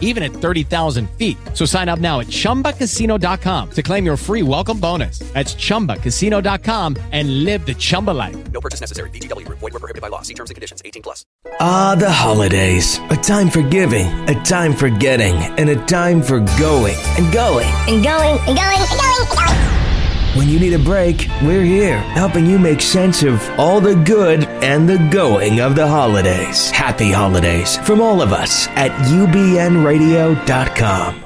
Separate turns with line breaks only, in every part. even at 30,000 feet. So sign up now at chumbacasino.com to claim your free welcome bonus. That's chumbacasino.com and live the Chumba life.
No purchase necessary. VGW Group. Void were prohibited by law. See terms and conditions. 18 plus.
Ah, the holidays. A time for giving, a time for getting, and a time for going and going.
and going and going and going and going.
When you need a break, we're here, helping you make sense of all the good and the going of the holidays. Happy holidays from all of us at ubnradio.com.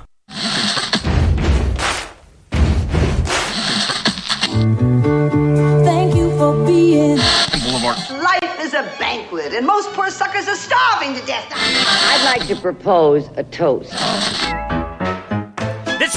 Thank you for being.
Life is a banquet, and most poor suckers are starving to death.
I'd like to propose a toast.
This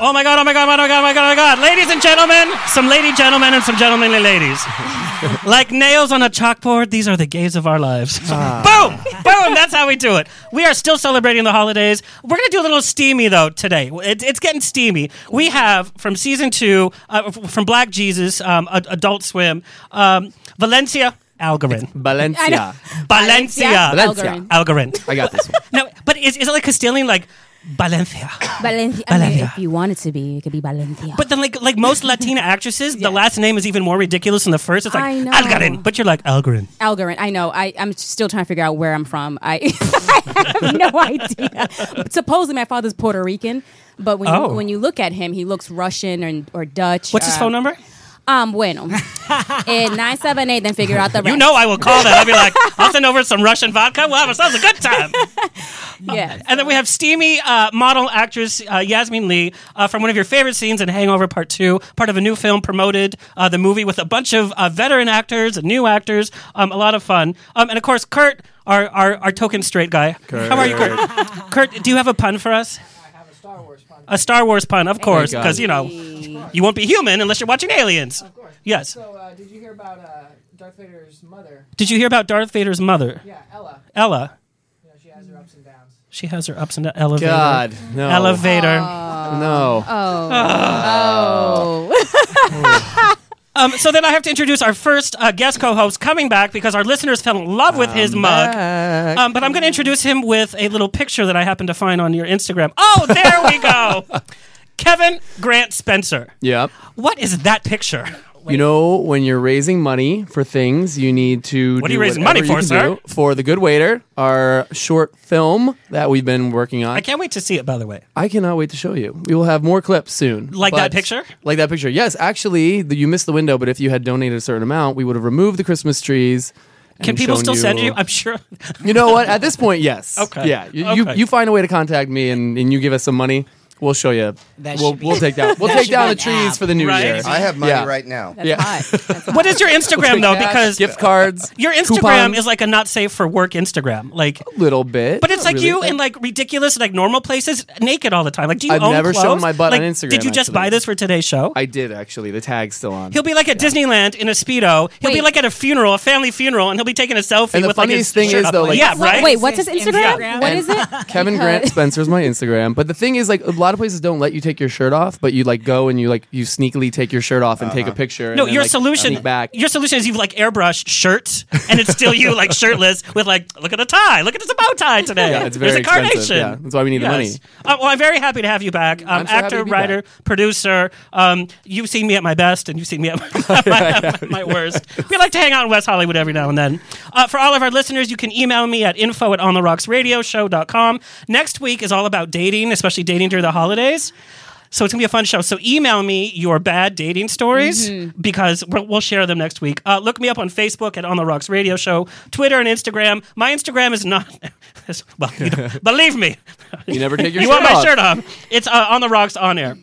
Oh my god, oh my god, oh my god, oh my god, oh my god. Ladies and gentlemen, some lady gentlemen and some gentlemanly ladies. like nails on a chalkboard, these are the gays of our lives.
Ah.
Boom! Boom! That's how we do it. We are still celebrating the holidays. We're going to do a little steamy, though, today. It, it's getting steamy. We have from season two, uh, f- from Black Jesus, um, Ad- Adult Swim, um, Valencia Algarin.
Valencia.
Valencia.
Valencia.
Algarin.
I got this one.
No, but is, is it like Castilian, like Valencia?
Valencia. I mean,
Valencia.
if you want it to be, it could be Valencia.
But then, like like most Latina actresses, the last name is even more ridiculous than the first. It's like
I know.
Algarin, but you're like Algarin.
Algarin. I know. I, I'm still trying to figure out where I'm from. I, I have no idea. Supposedly, my father's Puerto Rican, but when
Oh.
you, when you look at him, he looks Russian and or Dutch.
What's his
Um,
phone number?
Um, bueno. and nine seven eight. Then figure out the.
You
rest.
know, I will call that. I'll be like, I'll send over some Russian vodka. We'll have ourselves a good time.
Yeah.
And then we have steamy uh, model actress uh, Yasmin Lee uh, from one of your favorite scenes in Hangover Part Two, part of a new film promoted uh, the movie with a bunch of uh, veteran actors and new actors. Um, a lot of fun. Um, and of course, Kurt, our our, our token straight guy. How are you, Kurt? Kurt, do you have a pun for us? A Star Wars pun, of course,
God.
because you know you won't be human unless you're watching Aliens. Of course. Yes.
So, uh, did you hear about uh, Darth Vader's mother?
Did you hear about Darth Vader's mother,
Yeah, Ella.
Ella?
You know, she has her ups and downs.
She has her ups and downs. Elevator.
God. No.
Elevator. Oh.
No.
Oh.
Uh,
Oh.
Um, so then I have to introduce our first uh, guest co-host coming back because our listeners fell in love with his mug. Um, but I'm going to introduce him with a little picture that I happened to find on your Instagram. Oh, there we go. Kevin Grant Spencer.
Yep.
What is that picture?
You know, when you're raising money for things, you need to.
What are
do
you raising money
whatever you
for,
can do. For the Good Waiter, our short film that we've been working on.
I can't wait to see it. By the way,
I cannot wait to show you. We will have more clips soon.
Like that picture?
Like that picture. Yes, actually, the, you missed the window, but if you had donated a certain amount, we would have removed the Christmas trees. and
can people
shown
still send you? I'm sure.
You know what? At this point, yes.
Okay.
Yeah. You, you,
Okay.
you find a way to contact me and, and you give us some money. We'll show you.
That
we'll,
should be-
we'll take down. We'll
that
take
should
down
be
the
an
trees
app.
for the new
Right.
year.
I have money
Yeah.
right now.
That's
Yeah.
hot. That's hot.
What is your Instagram though?
Cash,
Because
gift cards,
your Instagram
coupons,
is like a not safe for work Instagram. Like,
a little bit,
But it's
not
like
really.
you in like ridiculous, like normal places, naked all the time. Like, do you
I've
own
never
clothes?
shown my butt
Like,
on Instagram,
Did you just
actually.
buy this for today's show?
I did actually. The tag's still on.
he'll be like at Disneyland in a speedo. He'll be
Wait.
like at a funeral, a family funeral, and he'll be taking a selfie.
And the
with, like, his
funniest thing
shirt
is,
up.
though, like-
yeah,
What-
right.
Wait, what's his
His
Instagram?
Instagram.
What is it?
Kevin Grant Spencer's my Instagram. But the thing is, like, a lot of places don't let you take your shirt off, but you like go and you like you sneakily take your shirt off and take a picture. and
Uh-huh. No,
then,
your
like,
solution.
sneak back.
Your solution is you've like airbrushed shirts, and it's still you like shirtless with like look at the tie, look at this bow tie today.
Yeah, it's very
There's a
expensive.
carnation.
Yeah, that's why we need the money.
Uh, well, I'm very happy to have you back. Um,
I'm so happy
actor,
to be
writer, producer. Um, you've seen me at my best, and you've seen me at my, my, my worst. We like to hang out in West Hollywood every now and then. Uh, for all of our listeners, you can email me at info at ontherocksradioshow.com. Next week is all about dating, especially dating during the holidays. So it's going to be a fun show. So email me your bad dating stories
Mm-hmm.
because we'll, we'll share them next week. Uh, look me up on Facebook at On the Rocks Radio Show, Twitter and Instagram. My Instagram is not, is- well, you don't- believe me.
You never take your
you
shirt
want my
off.
shirt off. It's uh, On the Rocks on air.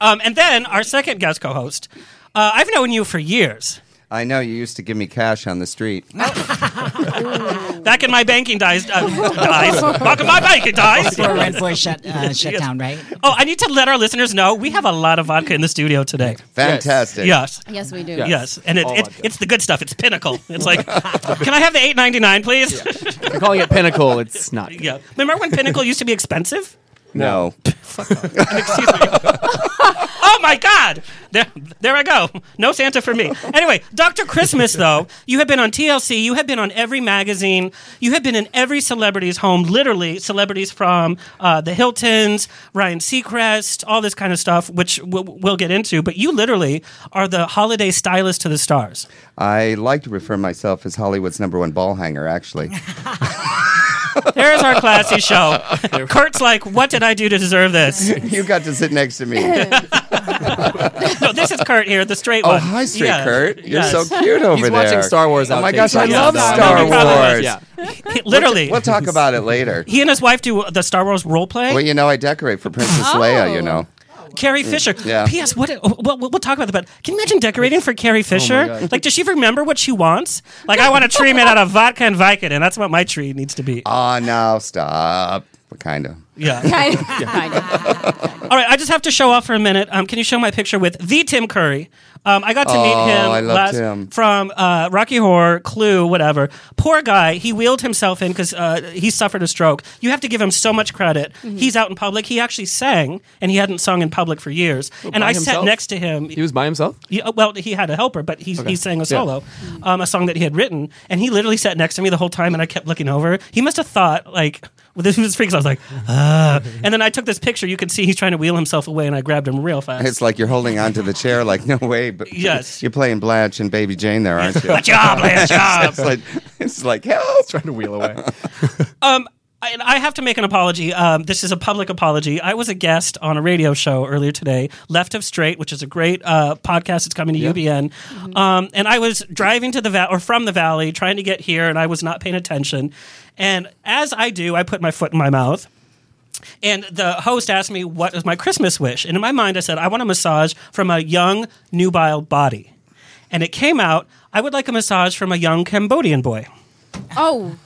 Um, and then our second guest co host. Uh, I've known you for years.
I know you used to give me cash on the street.
Back in my banking dies, uh, dies. Back in my banking dies.
Before Red Bull shut, uh, shut down, right?
Oh, I need to let our listeners know we have a lot of vodka in the studio today.
Fantastic.
Yes.
Yes, we do.
Yes, and it,
All
it, it's the good stuff. It's pinnacle. It's like, can I have the eight ninety nine, please?
I'm calling it Pinnacle. It's not.
yeah. Remember when pinnacle used to be expensive?
No.
Oh my God! There, there I go. No Santa for me. Anyway, Doctor Christmas, though, you have been on TLC. You have been on every magazine. You have been in every celebrity's home. Literally, celebrities from uh, the Hiltons, Ryan Seacrest, all this kind of stuff, which we'll, we'll get into. But you literally are the holiday stylist to the stars.
I like to refer myself as Hollywood's number one ball hanger, actually.
There's our classy show. Kurt's like, what did I do to deserve this?
you got to sit next to me.
no, this is Kurt here, the straight
Oh,
one.
hi, straight
Yes,
Kurt. You're
yes.
so cute over there. Oh my gosh, I love Star Wars.
Literally.
We'll, talk about it later.
He and his wife do the Star Wars role play. Oh.
Well, you know, I decorate for Princess Leia, you know.
Carrie Fisher.
Mm, Yeah. oh
P.S. What? uh, Well, we'll we'll talk about that. But can you imagine decorating for Carrie Fisher?
God.
like, does she remember what she wants? Like, I want a tree made out of vodka and Vicodin. That's what my tree needs to be.
Ah, now stop. Kind of.
Yeah. All right, I just have to show off for a minute. Um, can you show my picture with the Tim Curry? Um, I got to
Oh,
meet him
I love
last
Tim.
from uh, Rocky Horror, Clue, whatever. Poor guy, he wheeled himself in because uh, he suffered a stroke. You have to give him so much credit.
Mhm.
He's out in public. He actually sang, and he hadn't sung in public for years. and
by
I
himself?
sat next to him.
He was by himself.
Yeah, well, he had a helper, but he,
Okay.
he sang
Yeah.
a solo, um, a song that he had written, and he literally sat next to me the whole time, and I kept looking over. He must have thought like. Well, this was freaks. I was like, ah. And then I took this picture. You can see he's trying to wheel himself away, and I grabbed him real fast.
It's like you're holding onto the chair, like, no way, but
Yes.
you're playing Blanche and Baby Jane there, aren't you?
Good job, Blanche, job.
it's, like, it's like, help. Trying to wheel away.
Um, I- and I have to make an apology. Um, this is a public apology. I was a guest on a radio show earlier today, Left of Straight, which is a great uh, podcast. It's coming to UBN. Um, and I was driving to the val- or from the valley, trying to get here, and I was not paying attention. And as I do, I put my foot in my mouth. And the host asked me what was my Christmas wish, and in my mind, I said I want a massage from a young nubile body. And it came out, I would like a massage from a young Cambodian boy.
Oh,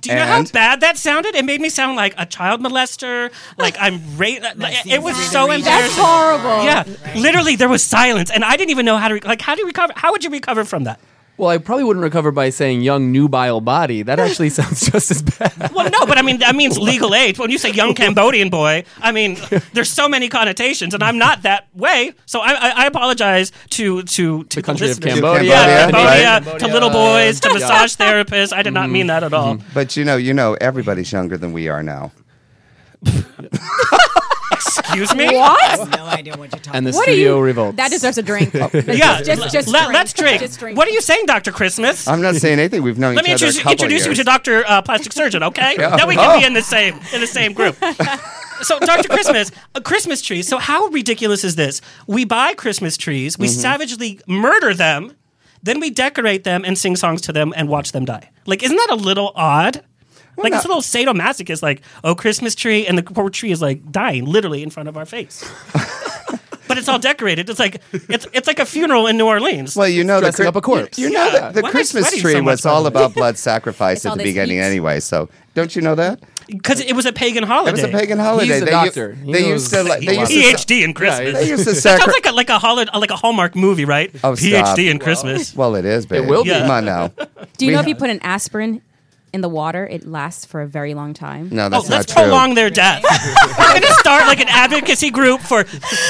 Do you know how
And?
bad that sounded? It made me sound like a child molester. Like I'm ra- like, It was so
That's
embarrassing.
horrible.
Yeah, literally, there was silence, and I didn't even know how to re- like. How do you recover? How would you recover from that?
Well, I probably wouldn't recover by saying young nubile body. That actually sounds just as bad.
Well, no, but I mean that means legal age. When you say young Cambodian boy, I mean there's so many connotations, and I'm not that way. So I, I, I apologize to to to the
country of
listeners.
Cambodia,
Yeah,
right?
Cambodia, to little boys, to
Yeah. Mm.
massage therapists. I did not mean that at all.
But you know, you know, everybody's younger than we are now.
Excuse me.
What? No idea what you're talking
And the
What are
studio
you-
revolts.
that deserves a drink.
yeah,
Just- just- just
le-
drink.
let's drink.
Just drink.
What are you saying, Doctor Christmas?
I'm not saying anything. We've known
Let
each
me
other
introduce,
a couple
introduce you
years.
to Doctor uh, Plastic Surgeon, okay?
Yeah.
Then we can be
Oh.
in the same in the same group. so, Doctor Christmas, a Christmas tree. So, how ridiculous is this? We buy Christmas trees, we
Mhm.
savagely murder them, then we decorate them and sing songs to them and watch them die. Like, isn't that a little odd? Like it's a
not-
little sadomasochist, like oh Christmas tree, and the poor tree is like dying literally in front of our face. but it's all decorated. It's like it's it's like a funeral in New Orleans.
Well, you know, the
Dressing
Chri-
up a corpse.
You, you know,
Yeah.
that the
Why am I
Christmas
sweating so
tree
much,
was
by the
all
way?
about blood sacrifice
It's
at
all
the
this
beginning,
heat.
anyway. So, don't you know that?
Because it was a pagan holiday.
It was a pagan holiday. They u- They, used to like they used to
PhD in Christmas.
They used to
that sounds
sacrifice.
like a like a holiday, like a Hallmark movie, right?
Oh,
PhD
stop.
in Christmas.
Well, it is, babe.
will be.
Come on now.
Do you
We
know
have-
if you put an aspirin in the water, it lasts for a very long time?
No,
oh,
that's
let's
not true.
prolong their death. We're gonna start like an advocacy group for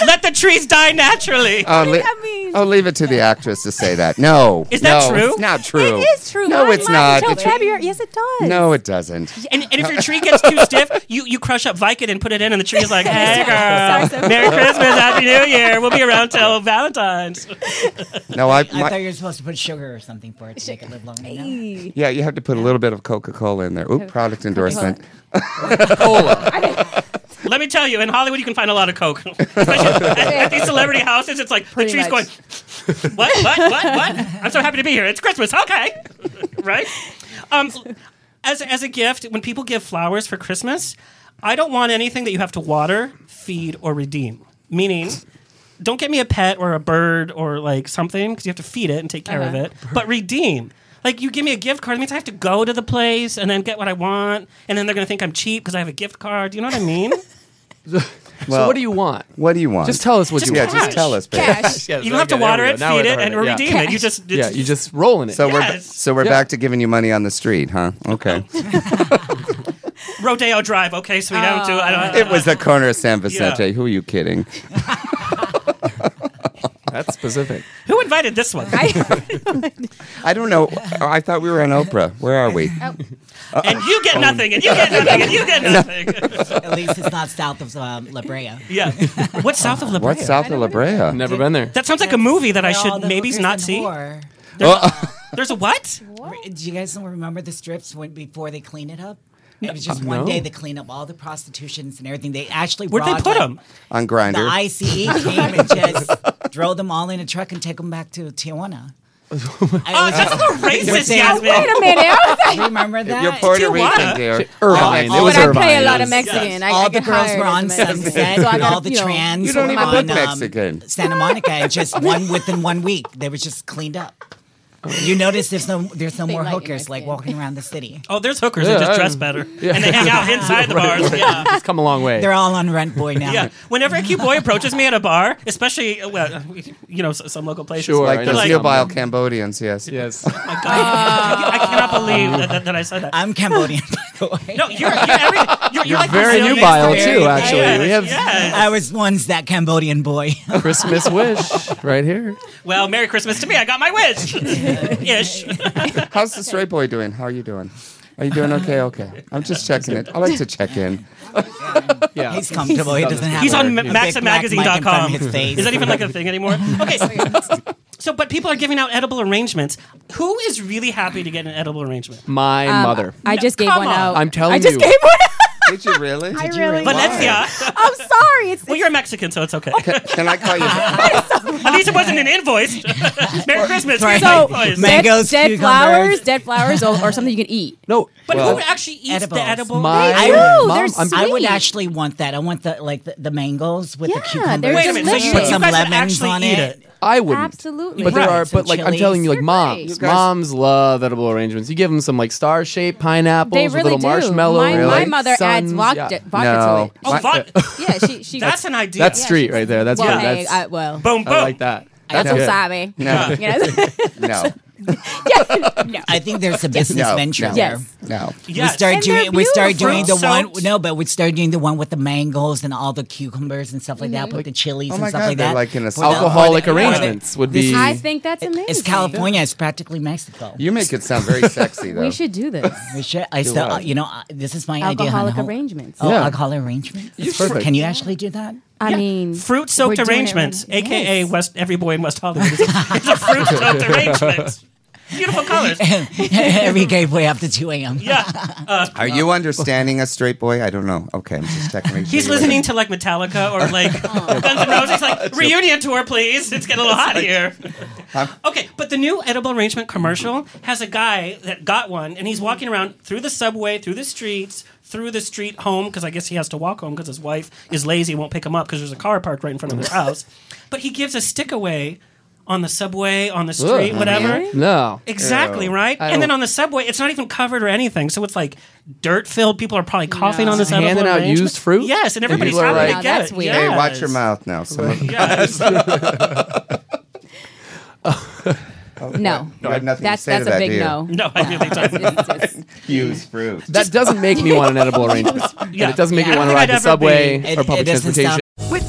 let the trees die naturally.
Oh, le- oh, leave it to the actress to say that. No.
Is that
no,
true?
It's not
It
true.
is true.
No,
Mine
it's
lasts until
not. It's-
February. Yes, it does.
No, it doesn't.
And, and if your tree gets too stiff, you, you crush up Vicodin and put it in, and the tree is like, hey, girl, Merry Christmas, Happy New Year. We'll be around till Valentine's.
No, I.
I thought
My,
you were supposed to put sugar or something for it to make it live longer. No?
yeah, you have to put a little bit of Coca Cola in there. Oop, product endorsement.
Coca-Cola.
Let me tell you, in Hollywood, you can find a lot of coke. Especially at, at these celebrity houses, it's like
Pretty
the tree's
much.
going, what, what, what, what? I'm so happy to be here. It's Christmas. Okay. right? Um, as, as a gift, when people give flowers for Christmas, I don't want anything that you have to water, feed, or redeem. Meaning, don't get me a pet or a bird or like something because you have to feed it and take care of
Uh-huh.
it. But redeem. Like you give me a gift card, it means I have to go to the place and then get what I want, and then they're gonna think I'm cheap because I have a gift card. You know what I mean?
so what do you want?
What do you want?
Just tell us what
Just
you want.
Yeah, just cash. tell us, babe. Cash.
Yes,
You don't have to
okay, there
water
we go.
it,
Now
feed
we're
it, and
doing yeah.
redeem it. You just-
yeah, you just rolling it.
So we're so we're
Yeah.
back to giving you money on the street, huh? Okay.
Rodeo Drive, okay, so we don't do. I don't.
Oh. it was the corner of San Vicente. Who are you kidding?
That's specific.
Who invited this one?
I don't know. I thought we were on Oprah. Where are we?
Oh. and you get nothing, and you get nothing, and you get nothing.
At least it's not south of um, La Brea.
Yeah. What's south of La Brea?
What's south of La Brea?
Never been there.
That sounds like a movie that I should
the
maybe
hookers
not
and
see.
whore.
There's, there's a what?
Re- Do you guys remember the strips when before they clean it up? It was
Uh,
just one
no.
day they clean up all the prostitutions and everything. They actually
Where'd they
brought,
put
like,
'em?
On Grinder.
The ICE came and just drove them all in a truck and took them back to Tijuana.
Oh, that's the racist, Yasmin.
Wait a minute. I was like-
remember that?
You're Puerto Rican, dear.
Irvine.
Oh,
It was
but
Irvine.
I play a lot of Mexican. I,
all
I
the
get
girls
hired
were
as a
on
Mexican.
Sunset,
So I
and all
got,
the
you know,
trans
You don't
were
even
on,
look
um,
Mexican.
Santa Monica, and just one within one week, they were just cleaned up. You notice there's no there's no more hookers like walking around the city.
Oh, there's hookers that
Yeah,
just
I-
dress better,
yeah.
and they hang out inside the bars. Yeah.
It's come a long way.
They're all on Rent Boy now.
Yeah. Whenever a cute boy approaches me at a bar, especially uh, well, uh, you know s- some local places,
Sure,
like
they're
the
like,
Zeobile Cambodians, yes.
Yes.
I cannot believe that, that, that I said that.
I'm Cambodian.
No, you're you're, every, you're,
You're
like the
very
Zionist
nubile,
theory.
too, actually.
Yes,
We have-
yes.
I was once that Cambodian boy.
Christmas wish right here.
Well, Merry Christmas to me. I got my wish. Ish.
How's the straight boy doing? How are you doing? Are you doing okay? Okay. I'm just checking it. I like to check in.
Yeah.
He's comfortable. He doesn't have
He's
a-
on
a
ma-
big black mic in front of
maximagazine.com.
his face.
Is that even like a thing anymore? Okay. so- So, but people are giving out edible arrangements. Who is really happy to get an edible arrangement?
My
Um,
mother.
I just gave
Come on.
one out.
I'm telling
I just
you.
gave one out.
Did you really? Did you
really-
Valencia.
I'm sorry. It's,
Well, you're Mexican, so it's okay.
Can, can I call you?
At least it wasn't an invoice. Merry Christmas. Here's
so
my invoice.
dead,
Mangoes,
dead
cucumbers.
flowers, dead flowers, or, or something you can eat.
No.
But
Well,
who actually eats
edibles.
the edible?
My
I-
Ooh,
mom.
they're
I'm-
I would
Sweet.
actually want that. I want the like the, the mangoes with the
Yeah,
cucumbers.
they're
Wait a minute. So you,
delicious.
you
put
guys
some
would
lemons
actually
on
eat
it.
I wouldn't.
Absolutely.
But there
Right.
are,
Some
but like I'm telling you, like
chilies.
moms,
You
guys-
moms love edible arrangements. You give them some like star shaped pineapples
They
with
really
little
do.
marshmallows.
My, my
like,
mother adds
suns.
vodka,
Yeah.
vodka
no.
to it.
Oh,
My-
vodka.
Yeah, she she.
That's an idea.
That's street right there. That's
well,
good.
hey,
That's,
I, well,
Boom, boom.
I like that.
that's
good.
wasabi.
No.
You know?
no.
no.
I think there's a business
No,
venture
no.
there.
Yes.
No.
Yes.
We start
And they're
doing we start doing the
beautiful.
one
Fruit-soaked.
no, but we start doing the one with the mangoes and all the cucumbers and stuff like
Mm-hmm.
that, with the chilies
Oh
and
my
stuff
God,
like
they're
that.
like in a
But the-
Alcoholic
or the- or the-
arrangements would be.
I think that's amazing.
It's California. It's practically Mexico.
You make it sound very sexy, though.
We should do this.
We should- I
Do
still,
what?
you know, I- this is my idea.
Alcoholic
Hannah.
arrangements.
Oh,
Yeah.
alcoholic arrangements.
It's perfect.
Can you actually do that?
I mean,
Fruit
we're
soaked
doing it
arrangements,
right now.
aka
Yes.
West. Every boy in West Hollywood. is a- It's a fruit soaked arrangement. Beautiful colors.
Every gay boy after two a.m.
Yeah.
Are you understanding us, straight boy? I don't know. Okay, I'm just checking. make sure
He's
you're with
listening
me.
to like Metallica or like Guns N' Roses. He's like reunion tour, please. It's getting a little hot here. okay, but the new edible arrangement commercial has a guy that got one, and he's walking around through the subway, through the streets, through the street home because I guess he has to walk home because his wife is lazy and won't pick him up because there's a car parked right in front of his house. But he gives a stick away on the subway, on the street,
Ugh.
whatever.
No.
Exactly, right?
I
and then
don't-
on the subway, it's not even covered or anything. So it's like dirt filled. People are probably coughing on this
Handing
edible
out
arrangement.
used fruit?
Yes, and everybody's
people are
happy to
like-
Wow,
get
that's
it.
weird.
Hey, watch your
Yes.
mouth now. Some of you
Yes.
No.
have nothing
That's
to say
that's
to that,
a big
do you?
no.
No, I really don't.
It's just-
Use fruit.
That doesn't make me want an edible arrangement.
Yeah.
And it doesn't make
Yeah.
me want
I
to
don't
ride the
think I'd ever
subway
be-
It-
or public
it doesn't
transportation.
sound-
With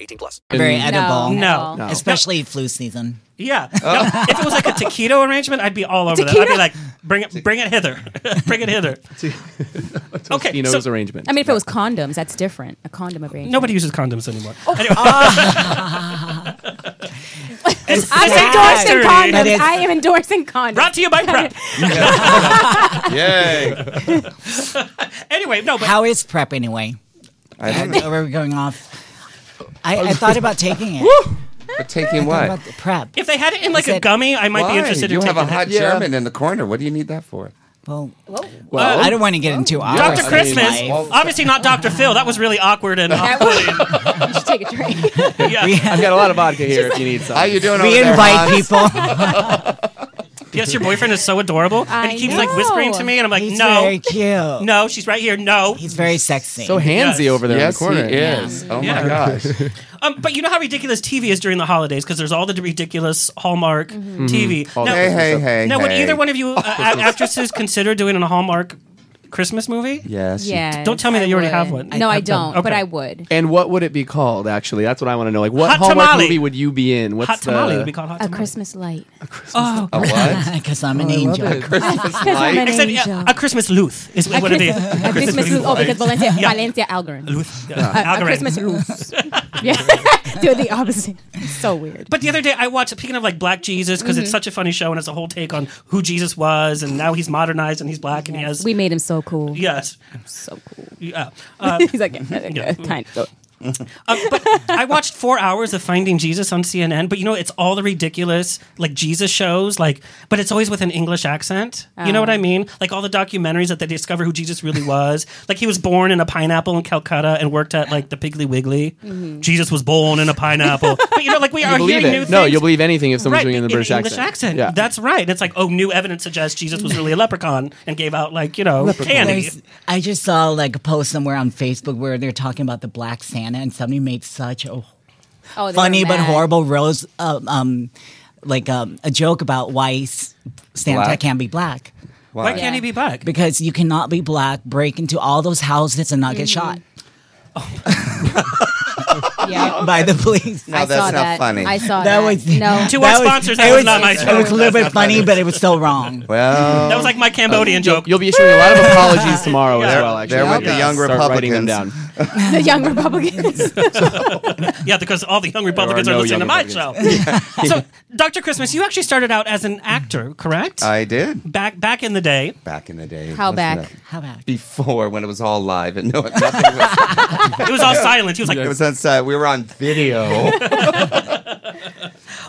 18 plus.
Very edible.
No. No.
Especially flu season.
Yeah. No, if it was like a taquito arrangement, I'd be all over that. I'd be
Taquito?
like, bring it, bring it hither, bring it hither. okay.
Tino's
So,
arrangement.
I mean, if it was condoms, that's different. A condom arrangement. Oh.
nobody uses condoms anymore. It's
I'm
sad.
endorsing
History. That
condoms.
is-
I am endorsing condoms.
Brought to you by Prep.
Yay.
anyway, no, but
How is prep anyway?
I don't
know. We're going off. I, I thought about taking it.
But taking
Thought
what?
about the prep.
if they had it in like a
Said-
gummy, I might
Why?
be interested
You
in
have
taking
a hot
it.
German in the corner. What do you need that for?
Well,
Well,
I don't want to get into our
Dr.
sex
Christmas,
life.
Uh, obviously not Dr. Phil. That was really awkward and
That was- you should take a drink.
I've got a lot of vodka here if you need some.
How you doing?
we
over
invite
there,
people.
Yes, your boyfriend is so adorable, and
I
he keeps like whispering to
know.
me, and I'm like,
He's
no,
very cute.
no, she's right here, no.
He's very sexy.
So handsy
Yes.
over there
Yes,
in the corner.
he is. Oh my
Yeah.
gosh.
Um, but you know how ridiculous TV is during the holidays because there's all the ridiculous Hallmark TV.
Mm-hmm. All
Now,
the
Mm-hmm. Hey, hey, hey.
now would
hey.
either one of you uh, a- actresses consider doing a Hallmark Christmas movie?
Yes. you-
Yeah.
Don't tell me that you already
would.
have one.
No,
I
I
have
don't,
done.
but
Okay.
I would.
And what would it be called? Actually, that's what I want to know. Like, what
Hot
Hallmark
tamale.
movie would you be in? What's uh,
hot tamale
the
would be called hot
A
tamale.
Christmas light.
oh,
A what?
Because
Oh,
I'm an angel.
Because I'm an
except
angel.
yeah, a Christmas Luth is what it is.
A Christmas loose. Oh, because Valencia,
Yeah.
Valencia Algren.
Luth. yeah,
A, a
Algorand.
Christmas loose. yeah. They're the opposite. So weird.
But the other day, I watched. Speaking of like Black Jesus, because
Mm-hmm.
it's such a funny show and it's a whole take on who Jesus was, and now he's modernized and he's black and he has
we made him so cool.
yes,
So cool.
yeah. Uh,
He's like, yeah, yeah, kind of.
I watched four hours of Finding Jesus on CNN, but you know, it's all the ridiculous like Jesus shows, like, but it's always with an English accent. You know what
Oh.
I mean? Like all the documentaries that they discover who Jesus really was. like he was born in a pineapple in Calcutta and worked at like the Piggly Wiggly.
Mm-hmm.
Jesus was born in a pineapple. but you know, like we are
believe
hearing new
it?
things.
No, you'll believe anything if
Right,
someone's doing it in the British
English accent.
Yeah.
That's right. And it's like, oh, new evidence suggests Jesus was really a leprechaun and gave out like you know candy.
There's- I just saw like a post somewhere on Facebook where they're talking about the Black Santa, and somebody made such a
Oh, they were
funny but
mad.
horrible rose, um, um, like um, a joke about why s- Santa
Black?
can't be black
Why
Why?
can't he be black?
because you cannot be black, break into all those houses and not get
Mm-hmm.
shot
Yeah.
by the police.
No,
I
that's
saw
not
that.
funny.
I saw
That
that.
was-
no.
To our sponsors, that was not my
It was a
joke.
little bit funny, but it was so wrong.
Well,
That was like my Cambodian
You'll,
joke.
you'll be issuing a lot of apologies tomorrow as
They're-
well. Actually,
they're
I
with the
gotta
young
start writing them down.
the young Republicans.
Yeah, because all the young Republicans
There
are
are no
listening to
young
my show. so, Dr. Christmas, you actually started out as an actor, correct?
I did
back back in the day.
back in the day.
How
Listen
back?
up.
How about it?
Before when it was all live and no, nothing was,
It was all silent. He was like,
it was on site. We were on video.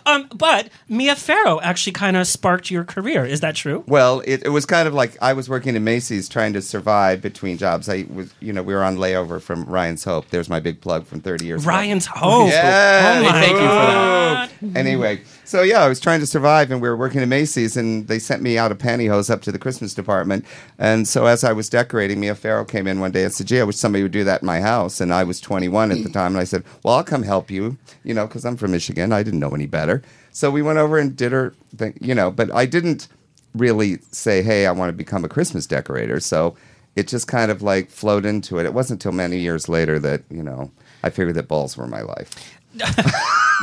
um, but Mia Farrow actually kind of sparked your career. Is that true?
Well, it, it was kind of like I was working in Macy's trying to survive between jobs. I was, you know, we were on layover from Ryan's Hope. There's my big plug from 30 years. ago.
Ryan's Hope.
Yeah.
Oh my
Thank you for
God.
Anyway, so yeah, I was trying to survive, and we were working at Macy's, and they sent me out of pantyhose up to the Christmas department. And so as I was decorating, Mia Farrow came in one day and said, "Gee, I wish somebody would do that in my house." And I was 21 at the time, and I said, "Well, I'll come help you," you know, because I'm from Michigan. I didn't know any better. So we went over and did her thing, you know, but I didn't really say, "Hey, I want to become a Christmas decorator." So it just kind of like flowed into it. It wasn't until many years later that you know I figured that balls were my life.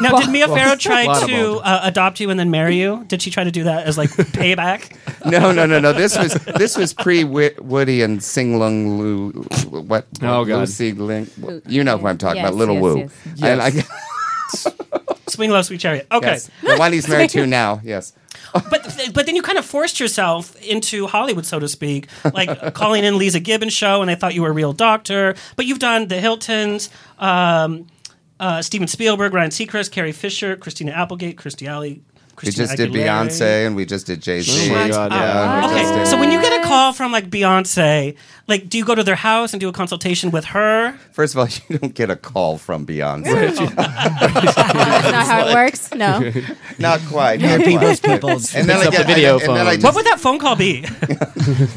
Now, did Mia Farrow try
Lot of
to uh, adopt you and then marry you? Did she try to do that as like payback?
No, no, no, no. This was this was pre Woody and Sing Lung Lu. What?
Oh, God.
Lucy Ling. You know who I'm talking
Yes,
about? Little
yes,
Woo.
yes.
And I,
Swing low, sweet chariot. Okay.
yes. The one he's married to now. Yes.
But but then you kind of forced yourself into Hollywood, so to speak, like calling in Lisa Gibbons show, and I thought you were a real doctor. But you've done the Hiltons, um, uh, Steven Spielberg, Ryan Seacrest, Carrie Fisher, Christina Applegate, Kirstie Alley,
we
Christina
just did
Aguilera. Oh,
Beyonce and we just did Jay Z.
Shut
yeah,
up.
Oh,
we just
Okay,
did-
so when you get a call from like Beyonce, like, do you go to their house and do a consultation with her?
First of all, you don't get a call from Beyonce.
That's not how it works. No.
not quite.
Yeah,
Not quite.
people's peoples.
And then I
Picks up
get
the video
and, then- and then I
phone.
just,
What would that phone call be?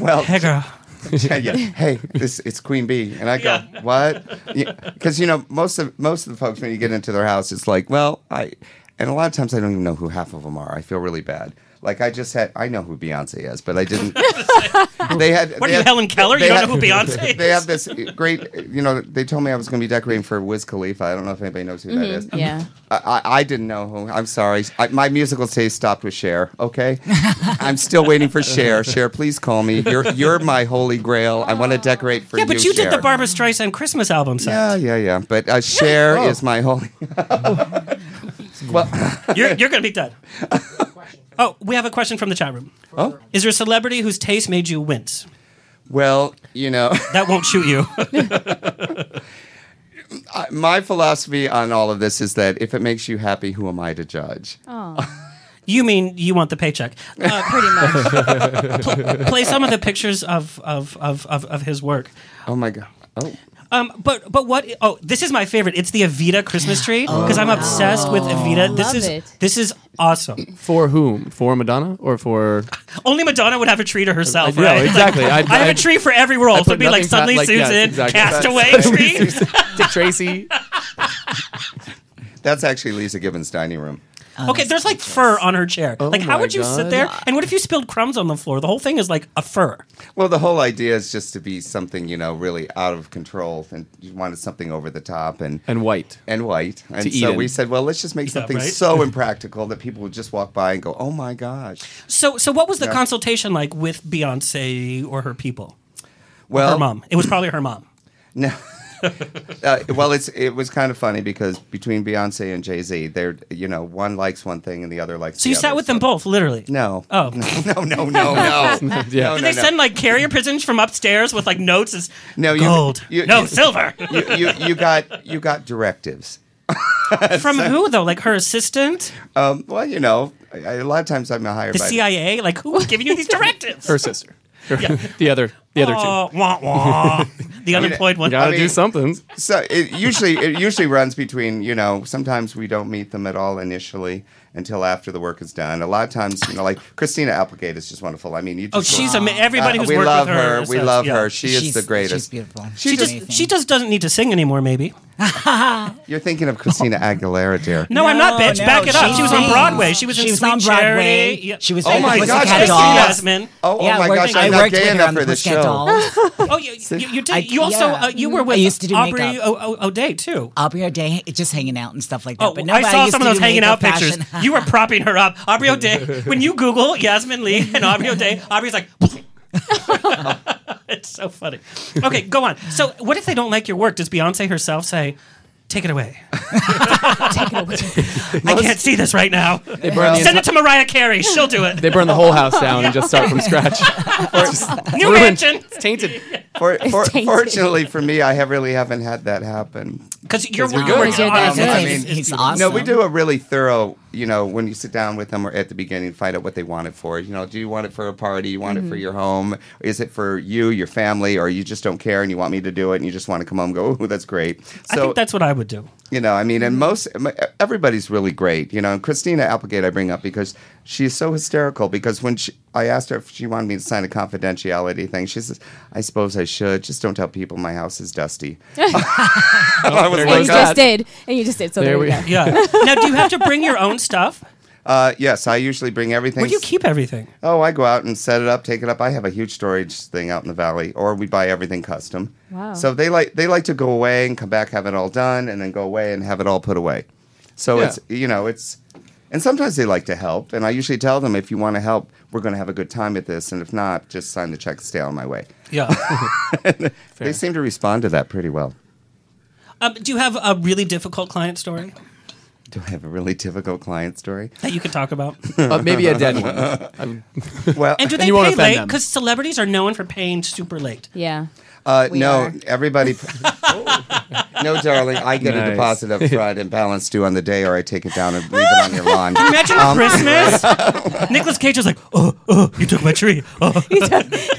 well,
hey girl.
yeah, hey, this it's Queen Bee, and I go what? Because you know most of most of the folks when you get into their house, it's like, well, I, and a lot of times I don't even know who half of them are. I feel really bad. Like I just had, I know who Beyonce is, but I didn't. they had.
What are
they
you,
had-
Helen Keller? You
they
don't know who
had-
Beyonce
They have this great. You know, they told me I was going to be decorating for Wiz Khalifa. I don't know if anybody knows who that
Mhm,
is.
yeah.
I, I, I didn't know who. I'm sorry. I, my musical taste stopped with Cher. Okay, I'm still waiting for Cher. Cher, please call me. You're you're my holy grail. I want to decorate for
yeah,
you.
but you did
Cher.
the Barbara Streisand Christmas album set.
Yeah, yeah, yeah. But uh, Cher
Oh.
is my holy. well,
You're, you're going to be dead. Oh, we have a question from the chat room.
Oh.
Is there a celebrity whose taste made you wince?
well, you know.
That won't shoot you.
I- my philosophy on all of this is that if it makes you happy, who am I to judge?
You mean you want the paycheck? Uh, pretty much. Pl- play some of the pictures of of of of, of his work.
Oh my god. Oh.
Um, but but what? Oh, this is my favorite. It's the Evita Christmas tree because I'm obsessed with Evita. This
Love
is
it.
this is awesome.
For whom? For Madonna or for?
Only Madonna would have a tree to herself,
Uh, yeah,
right? Like,
exactly. I'd-
I have
I'd-
a tree for every role.
I'd
So it'd
put
be like
nothing pa-
Suddenly
like, yes,
Susan,
exactly.
Castaway
That's-
tree.
Dick Tracy.
That's actually Lisa Gibbons' dining room.
okay, there's like fur on her chair.
Oh
like, how
my
would you sit
God.
there? And what if you spilled crumbs on the floor? The whole thing is like a fur.
Well, the whole idea is just to be something you know really out of control, and you wanted something over the top and
and white
and white. And
To eat
so
in.
we said, well, let's just make
Yeah,
something
right?
so impractical that people would just walk by and go, oh my gosh.
So, so what was the
Yeah.
consultation like with Beyonce or her people?
Well-
her mom. It was probably her mom.
No. uh, well, it's it was kind of funny because between Beyonce and Jay Z, they're you know one likes one thing and the other likes.
So you sat with them both, literally.
No.
Oh
no no no no. No,
Did
no,
they
no.
send like carrier pigeons from upstairs with like notes? As
No, you,
gold.
you-
no
you-
silver.
You, you you got you got directives.
from who though? Like her assistant,
Um, well, you know, I- I- a lot of times I'm a higher.
the CIA. Like who was giving you these directives?
Her sister. the other. The other
Oh,
two.
wah, wah. The unemployed one.
Gotta
I mean-
do something.
So it usually it usually runs between you know sometimes we don't meet them at all initially until after the work is done. A lot of times you know like Christina Applegate is just wonderful. I mean you
Oh,
just
she's ama- everybody who's
we
worked
love
with her
We
says-
love
yeah.
her. She is
She's-
the greatest.
she's
beautiful.
she just she just doesn't need to sing anymore. Maybe.
You're thinking of Christina Aguilera, dear.
No, I'm not, bitch.
no,
Back it up.
she
She was on
sings.
Broadway. She was
She
in
was
Sweet
on Broadway.
Charity. Yeah.
She was Oh in my the gosh, Pussycat Christina Dolls. Jasmine.
Oh, oh
Yeah,
my
I
gosh,
worked- I
I'm not
worked
gay
with her
enough
on
for
the
this
Pussycat
show.
Dolls.
Oh, you, you, you did.
I-
you also
yeah.
uh, you were
Mhm. I
with
used to do
Aubrey
makeup.
o- O- O'Day too.
Aubrey O'Day, just hanging out and stuff like that.
Oh,
but
I
nobody
saw
used
some of
to
those
do
hanging out
makeup
pictures.
fashion.
you were propping her up, Aubrey O'Day. When you Google Yasmin Lee and Aubrey O'Day, Aubrey's like. it's so funny. Okay, go on. So, what if they don't like your work? Does Beyonce herself say, "Take it away"? Take it away. I can't see this right now.
They burn the
Send it
enti-
to Mariah Carey. She'll do it.
They burn the whole house down and just start from scratch.
New
ruined.
mansion. It's
tainted.
For, for,
tainted.
fortunately for me, I have really haven't had that happen.
Because you're
we
you're
do it.
working on it.
I mean,
He's awesome.
No, we do a really thorough, you know, when you sit down with them or at the beginning, find out what they want it for. You know, do you want it for a party? You want it for
Mhm.
your home? Is it for you, your family, or you just don't care and you want me to do it and you just want to come home and go, oh, that's great. So,
I think that's what I would do.
you know, I mean, and most everybody's really great, you know. And Christina Applegate, I bring up because she's so hysterical. Because when she, I asked her if she wanted me to sign a confidentiality thing, she says, "I suppose I should. Just don't tell people my house is dusty." I was
and
like, "Oh."
you
"God."
just did. And you just did. So there, you go.
Yeah. Now, do you have to bring your own stuff?
Uh, yes, I usually bring everything.
Where do you keep everything?
Oh, I go out and set it up, take it up. I have a huge storage thing out in the valley, or we buy everything custom.
Wow.
So they like they like to go away and come back, have it all done, and then go away and have it all put away. So
Yeah.
it's you know it's, and sometimes they like to help, and I usually tell them if you want to help, we're going to have a good time at this, and if not, just sign the check, and stay on my way.
Yeah.
They seem to respond to that pretty well.
Um, do you have a really difficult client story?
Do I have a really difficult client story?
That you could talk about.
Uh, maybe a dead one.
well,
Uh, And do they pay late? Because celebrities are known for paying super late.
Yeah.
Uh,
We
no,
are.
everybody. no, darling, I get
Nice.
a deposit up front and balance due on the day, or I take it down and leave it on your lawn.
Can you imagine
Um,
Christmas? Nicholas Cage was like, oh, oh, you took my tree.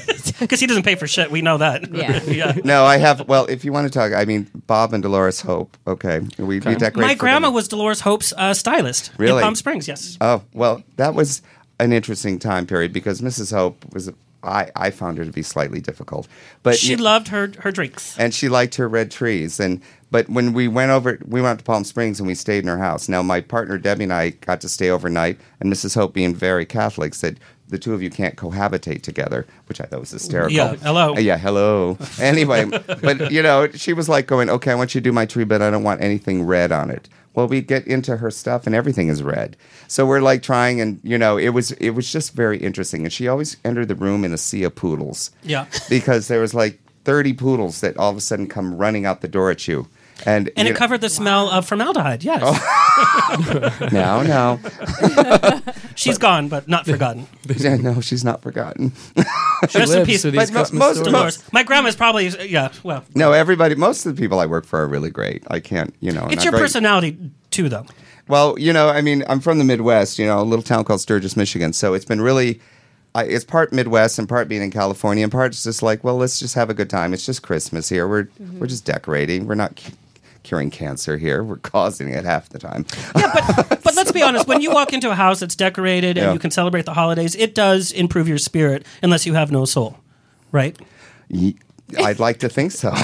Because he doesn't pay for shit. We know that.
Yeah.
No, I have. Well, if you want to talk, I mean, Bob and Dolores Hope. Okay, we, we decorate.
My
for them.
grandma was Dolores Hope's uh, stylist
Really?
in Palm Springs, yes.
Oh well, that was an interesting time period because Mrs. Hope was. I, I found her to be slightly difficult, but
she
you-
loved her, her drinks.
and she liked her red trees and but when we went over we went to palm springs and we stayed in her house now my partner debbie and i got to stay overnight and mrs hope being very catholic said the two of you can't cohabitate together which i thought was hysterical
Yeah, hello.
Uh, yeah hello anyway but you know she was like going okay i want you to do my tree but i don't want anything red on it well we get into her stuff and everything is red so we're like trying and you know it was it was just very interesting and she always entered the room in a sea of poodles
Yeah.
because there was like 30 poodles that all of a sudden come running out the door at you. And,
And
you
it covered the smell of formaldehyde, yes.
Oh. No, no.
She's gone, but not forgotten.
Yeah, no, she's not forgotten.
Rest in peace.
But mo- most, most,
My grandma's probably, yeah, well.
no, everybody, most of the people I work for are really great. I can't, you know. and
It's your
I'm very-
personality, too, though.
Well, you know, I mean, I'm from the Midwest, you know, a little town called Sturgis, Michigan. So it's been really, I, it's part Midwest and part being in California and part it's just like, well, let's just have a good time. It's just Christmas here. We're
Mm-hmm.
we're just decorating. We're not cu- curing cancer here. We're causing it half the time.
But let's be honest, when you walk into a house that's decorated and
Yeah.
you can celebrate the holidays, it does improve your spirit unless you have no soul, right?
Ye- I'd like to think so.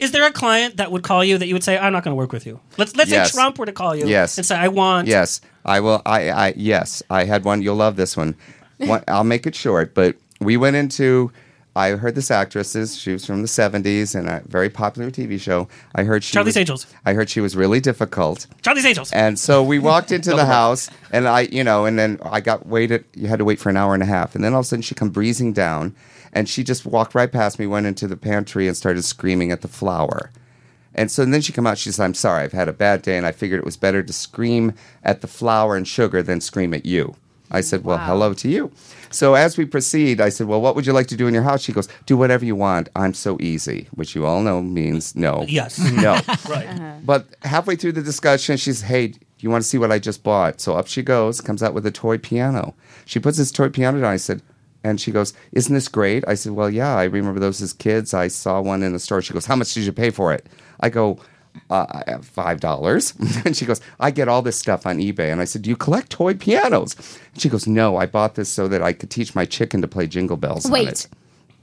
Is there a client that would call you that you would say, I'm not going to work with you? Let's, let's
Yes.
say Trump were to call you
Yes.
and say, I want.
Yes, I will. I, I yes, I had one. You'll love this one. one I'll make it short. But we went into. I heard this actress is she was from the '70s and a very popular TV show. I heard she
Charlie's
was-
Angels.
I heard she was really difficult.
Charlie's Angels.
And so we walked into the house, and I, you know, and then I got waited. You had to wait for an hour and a half, and then all of a sudden she come breezing down, and she just walked right past me, went into the pantry, and started screaming at the flour. And so then she come out. She said, "I'm sorry, I've had a bad day, and I figured it was better to scream at the flour and sugar than scream at you." I said, "Well, hello to you." So as we proceed, I said, "Well, what would you like to do in your house?" She goes, "Do whatever you want. I'm so easy," which you all know means no.
Yes.
No.
Right.
Uh-huh.
But halfway through the discussion, she's, hey, do you want to see what I just bought? So up she goes, comes out with a toy piano. She puts this toy piano down. I said, and she goes, isn't this great? I said, well, yeah, I remember those as kids. I saw one in the store. She goes, how much did you pay for it? I go, uh, I have five dollars. and she goes, I get all this stuff on eBay. And I said, do you collect toy pianos? And she goes, no, I bought this so that I could teach my chicken to play jingle bells. on
Wait.
it."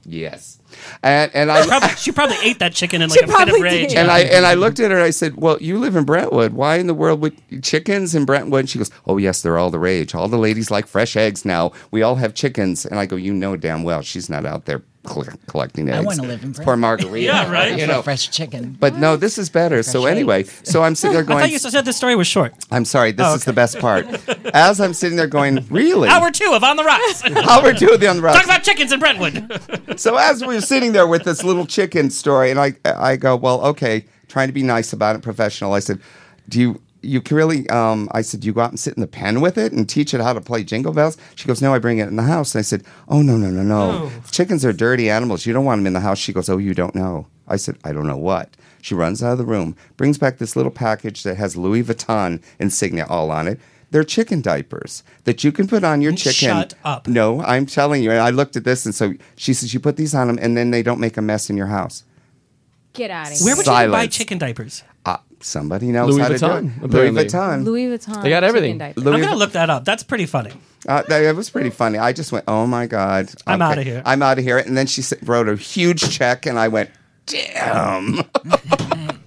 Yes. And, and I
Probably, she probably ate that chicken in
She
like a fit of
probably
rage.
and I and I looked at her and I said, "Well, you live in Brentwood. Why in the world would chickens in Brentwood?" And she goes, "Oh yes, they're all the rage. All the ladies like fresh eggs now. We all have chickens." And I go, "You know damn well she's not out there cl- collecting eggs.
I want to live in
It's Poor margarita. You know.
fresh chicken.
But no, this is better. so anyway, so I'm sitting there
I
going,
thought you said this story was short.
"I'm sorry. This
Oh,
is the best part." As I'm sitting there going, "Really?"
Hour two of On the Rocks.
Hour two of the On the Rocks.
Talk about chickens in Brentwood.
so as we were sitting there with this little chicken story, and I, I go, well, okay, trying to be nice about it, professional. I said, do you, you can really, um, I said, you go out and sit in the pen with it and teach it how to play jingle bells? She goes, no, I bring it in the house. And I said, oh, no, no, no, no.
No.
Chickens are dirty animals. You don't want them in the house. She goes, oh, you don't know. I said, I don't know what. She runs out of the room, brings back this little package that has Louis Vuitton insignia all on it. They're chicken diapers that you can put on your chicken.
Shut up.
No, I'm telling you. And I looked at this, and so she says, "You put these on them, and then they don't make a mess in your house."
Get out of here.
Where would you buy
Silence.
chicken diapers?
Uh, somebody knows
Louis
how to do
Vuitton,
it.
apparently.
Louis Vuitton.
Louis Vuitton.
They got everything.
chicken diaper.
Louis-
I'm going to look that up. That's pretty funny.
Uh, that, it was pretty funny. I just went, "Oh my god,
I'm
Okay,
outta here.
I'm out of here." And then she s- wrote a huge check, and I went, "Damn."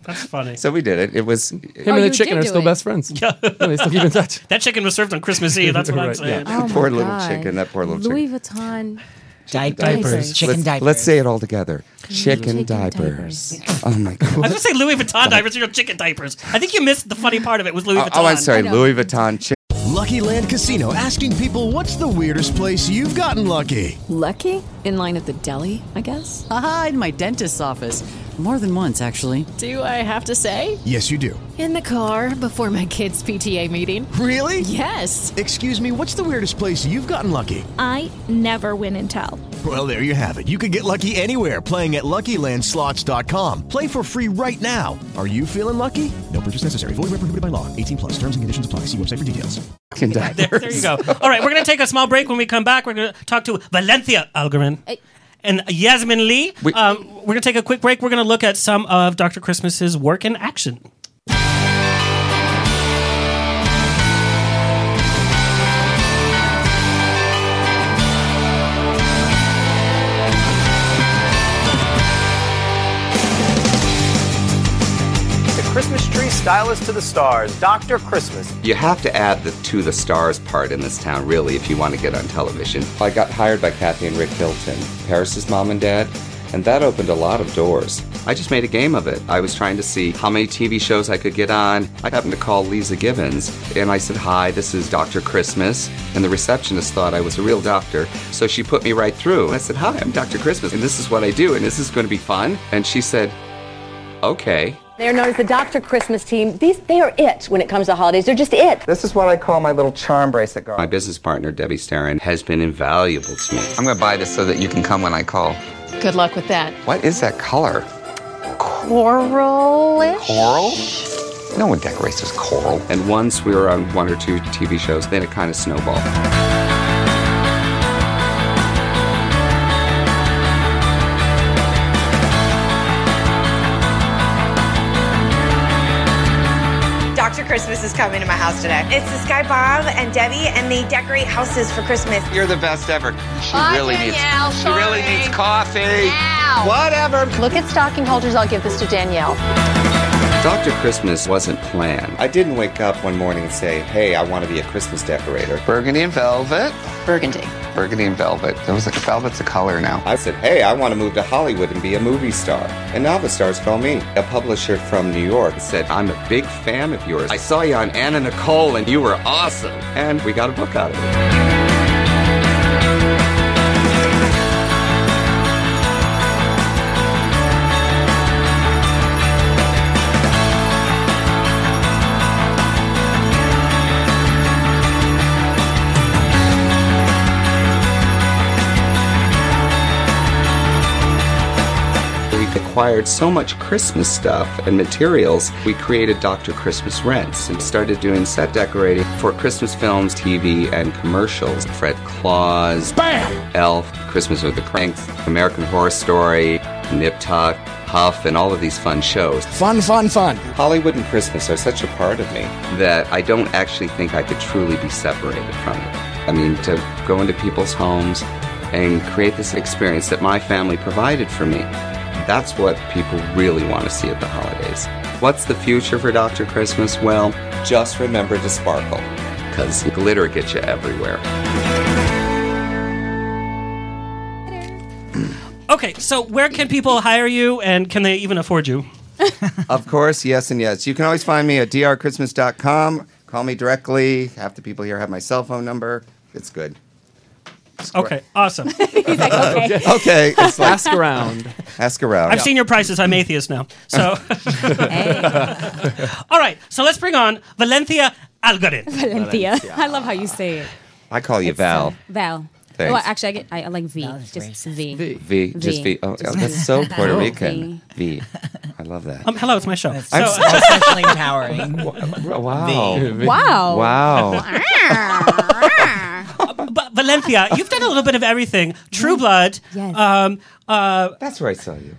That's funny.
so we did it. It was
Him
Oh,
and the chicken are still best friends. Yeah. they still keep in touch.
That chicken was served on Christmas Eve. That's what I'm
Right,
saying.
Oh my
Poor little
God.
chicken, that poor little
Louis Vuitton.
Diapers.
Diapers.
Chicken
let's,
diapers.
Let's say it all together. Chicken, diapers. Oh my
I
god.
was going to say Louis Vuitton diapers are your chicken diapers. I think you missed the funny part of it was Louis
Oh,
Vuitton.
oh, I'm sorry, Louis Vuitton. Chicken.
Lucky Land Casino asking people what's the weirdest place you've gotten lucky?
Lucky? In line at the deli, I guess? Aha, in my dentist's office. More than once, actually.
Do I have to say?
Yes, you do.
In the car before my kids' PTA meeting.
Really?
Yes.
Excuse me, what's the weirdest place you've gotten lucky?
I never win and tell.
Well, there you have it. You can get lucky anywhere playing at LuckyLandSlots.com. Play for free right now. Are you feeling lucky? No purchase necessary. Void where prohibited by law. 18 plus. Terms and conditions apply. See website for details.
There, there you go. All right, we're going to take a small break. When we come back, we're going to talk to Valencia Algarin and Yasmin Lee. um, we're going to take a quick break. We're going to look at some of Dr. Christmas's work in action.
The Christmas tree stylist to the stars, Dr. Christmas.
You have to add the to the stars part in this town, really, if you want to get on television. I got hired by Kathy and Rick Hilton, Paris's mom and dad, and that opened a lot of doors. I just made a game of it. I was trying to see how many TV shows I could get on. I happened to call Lisa Gibbons, and I said, Hi, this is Dr. Christmas. And the receptionist thought I was a real doctor, so she put me right through. I said, Hi, I'm Dr. Christmas, and this is what I do, and this is going to be fun. And she said, Okay.
They're known as the Dr. Christmas team. These they are it when it comes to holidays. They're just it.
This is what I call my little charm bracelet girl. My business partner, Debbie Starin, has been invaluable to me. I'm going to buy this so that you can come when I call.
Good luck with that.
What is that color?
Coralish?
Coral? No one decorates as coral. And once we were on one or two TV shows, then it kind of snowballed.
Dr. Christmas is coming to my house today. It's this guy Bob and Debbie, and they decorate houses for Christmas.
You're the best ever. She really needs.
Danielle,
she really
sorry.
needs coffee. Whatever.
Look at stocking holders. I'll give this to Danielle.
Dr. Christmas wasn't planned. I didn't wake up one morning and say, hey, I want to be a Christmas decorator. Burgundy and velvet.
Burgundy.
Burgundy and velvet. There was like, velvet's a color now. I said, hey, I want to move to Hollywood and be a movie star. And now the stars call me. A publisher from New York said, I'm a big fan of yours. I saw you on Anna Nicole and you were awesome. And we got a book out of it. We acquired so much Christmas stuff and materials, we created Dr. Christmas Rents and started doing set decorating for Christmas films, TV, and commercials. Fred Claus, Bam! Elf, Christmas with the Cranks, American Horror Story, Nip Tuck, Huff, and all of these fun shows. Fun, fun, fun. Hollywood and Christmas are such a part of me that I don't actually think I could truly be separated from it. I mean, to go into people's homes and create this experience that my family provided for me. That's what people really want to see at the holidays. What's the future for Dr. Christmas? Well, just remember to sparkle, because glitter gets you everywhere.
Okay, so where can people hire you and can they even afford you?
of course, yes and yes. You can always find me at drchristmas.com. Call me directly. Half the people here have my cell phone number. It's good.
Okay, awesome.
okay. okay. It's like,
Ask around.
Ask around.
I've seen your prices. I'm atheist now. So, all right. So let's bring on Valencia Algarin.
Valencia. I love how you say it.
I call you Val.
Val.
Thanks.
Well, actually, I get I I like V. Just V. V.
V, just V. Oh, oh, that's so Puerto
Val.
Rican. V. I love that.
Um, hello, it's my show. So, uh,
I'm so-
Especially empowering.
Wow.
Wow.
Wow.
but Valencia, you've done a little bit of everything. True Blood. Yes. Um, uh,
That's where I saw you.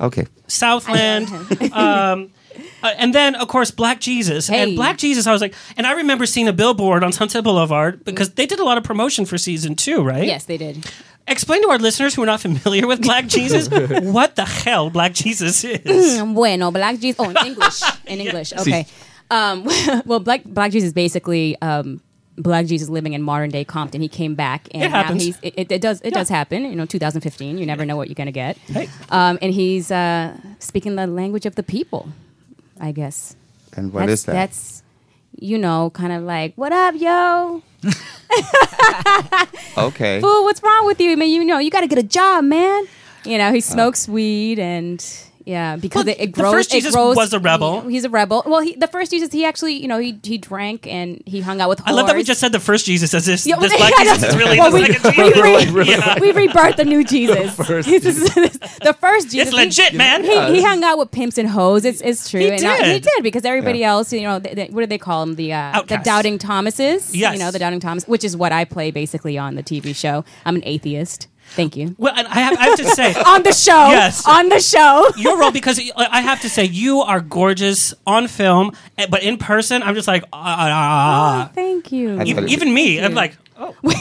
Okay.
Southland, um, uh, and then of course Black Jesus. And Black Jesus, I was like, and I remember seeing a billboard on Sunset Boulevard because they did a lot of promotion for season two, right?
Yes, they did.
Explain to our listeners who are not familiar with Black Jesus what the hell Black Jesus
Mm,
is.
bueno, Black Jesus. Oh, in English. In English. Okay. Um, well, Black Black Jesus is basically um, Black Jesus living in modern day Compton. He came back, and
It
now
happens.
he's it, it, it does it does happen. You know, 2015. You never know what you're gonna get. Um, and he's uh, speaking the language of the people, I guess.
And
what
what is
is
that?
That's you know, kind of like, what up, yo?
okay.
Fool, what's wrong with you? I mean, you know, you got to get a job, man. You know, he smokes weed and Yeah, because it, it
the
grows.
first
it
Jesus
grows-
was a rebel.
he- he's a rebel. Well, he, the first Jesus, he actually, you know, he he drank and he hung out with.
I love that we
whores.
just said the first Jesus as this,
Yeah,
this
well,
black
I know.
Jesus is really
Well,
the
we-
second
we
Jesus.
re- we rebirthed the new Jesus. The first Jesus,
It's legit,
he,
man.
He, he hung out with pimps and hoes. It's, it's true.
He
And I- he
did.
did because everybody
Yeah.
else, you know, th th- what do they call them? The uh, the
Outcasts.
doubting Thomases.
Yes.
you know the doubting Thomas, which is what I play basically on the TV show. I'm an atheist. Thank you.
Well, and I have, I have to say
On the show.
Yes,
On the show.
Your role, because I- I have to say, you are gorgeous on film, eh, but in person, I'm just like, ah,
oh, thank you.
E- even, me, I'm like,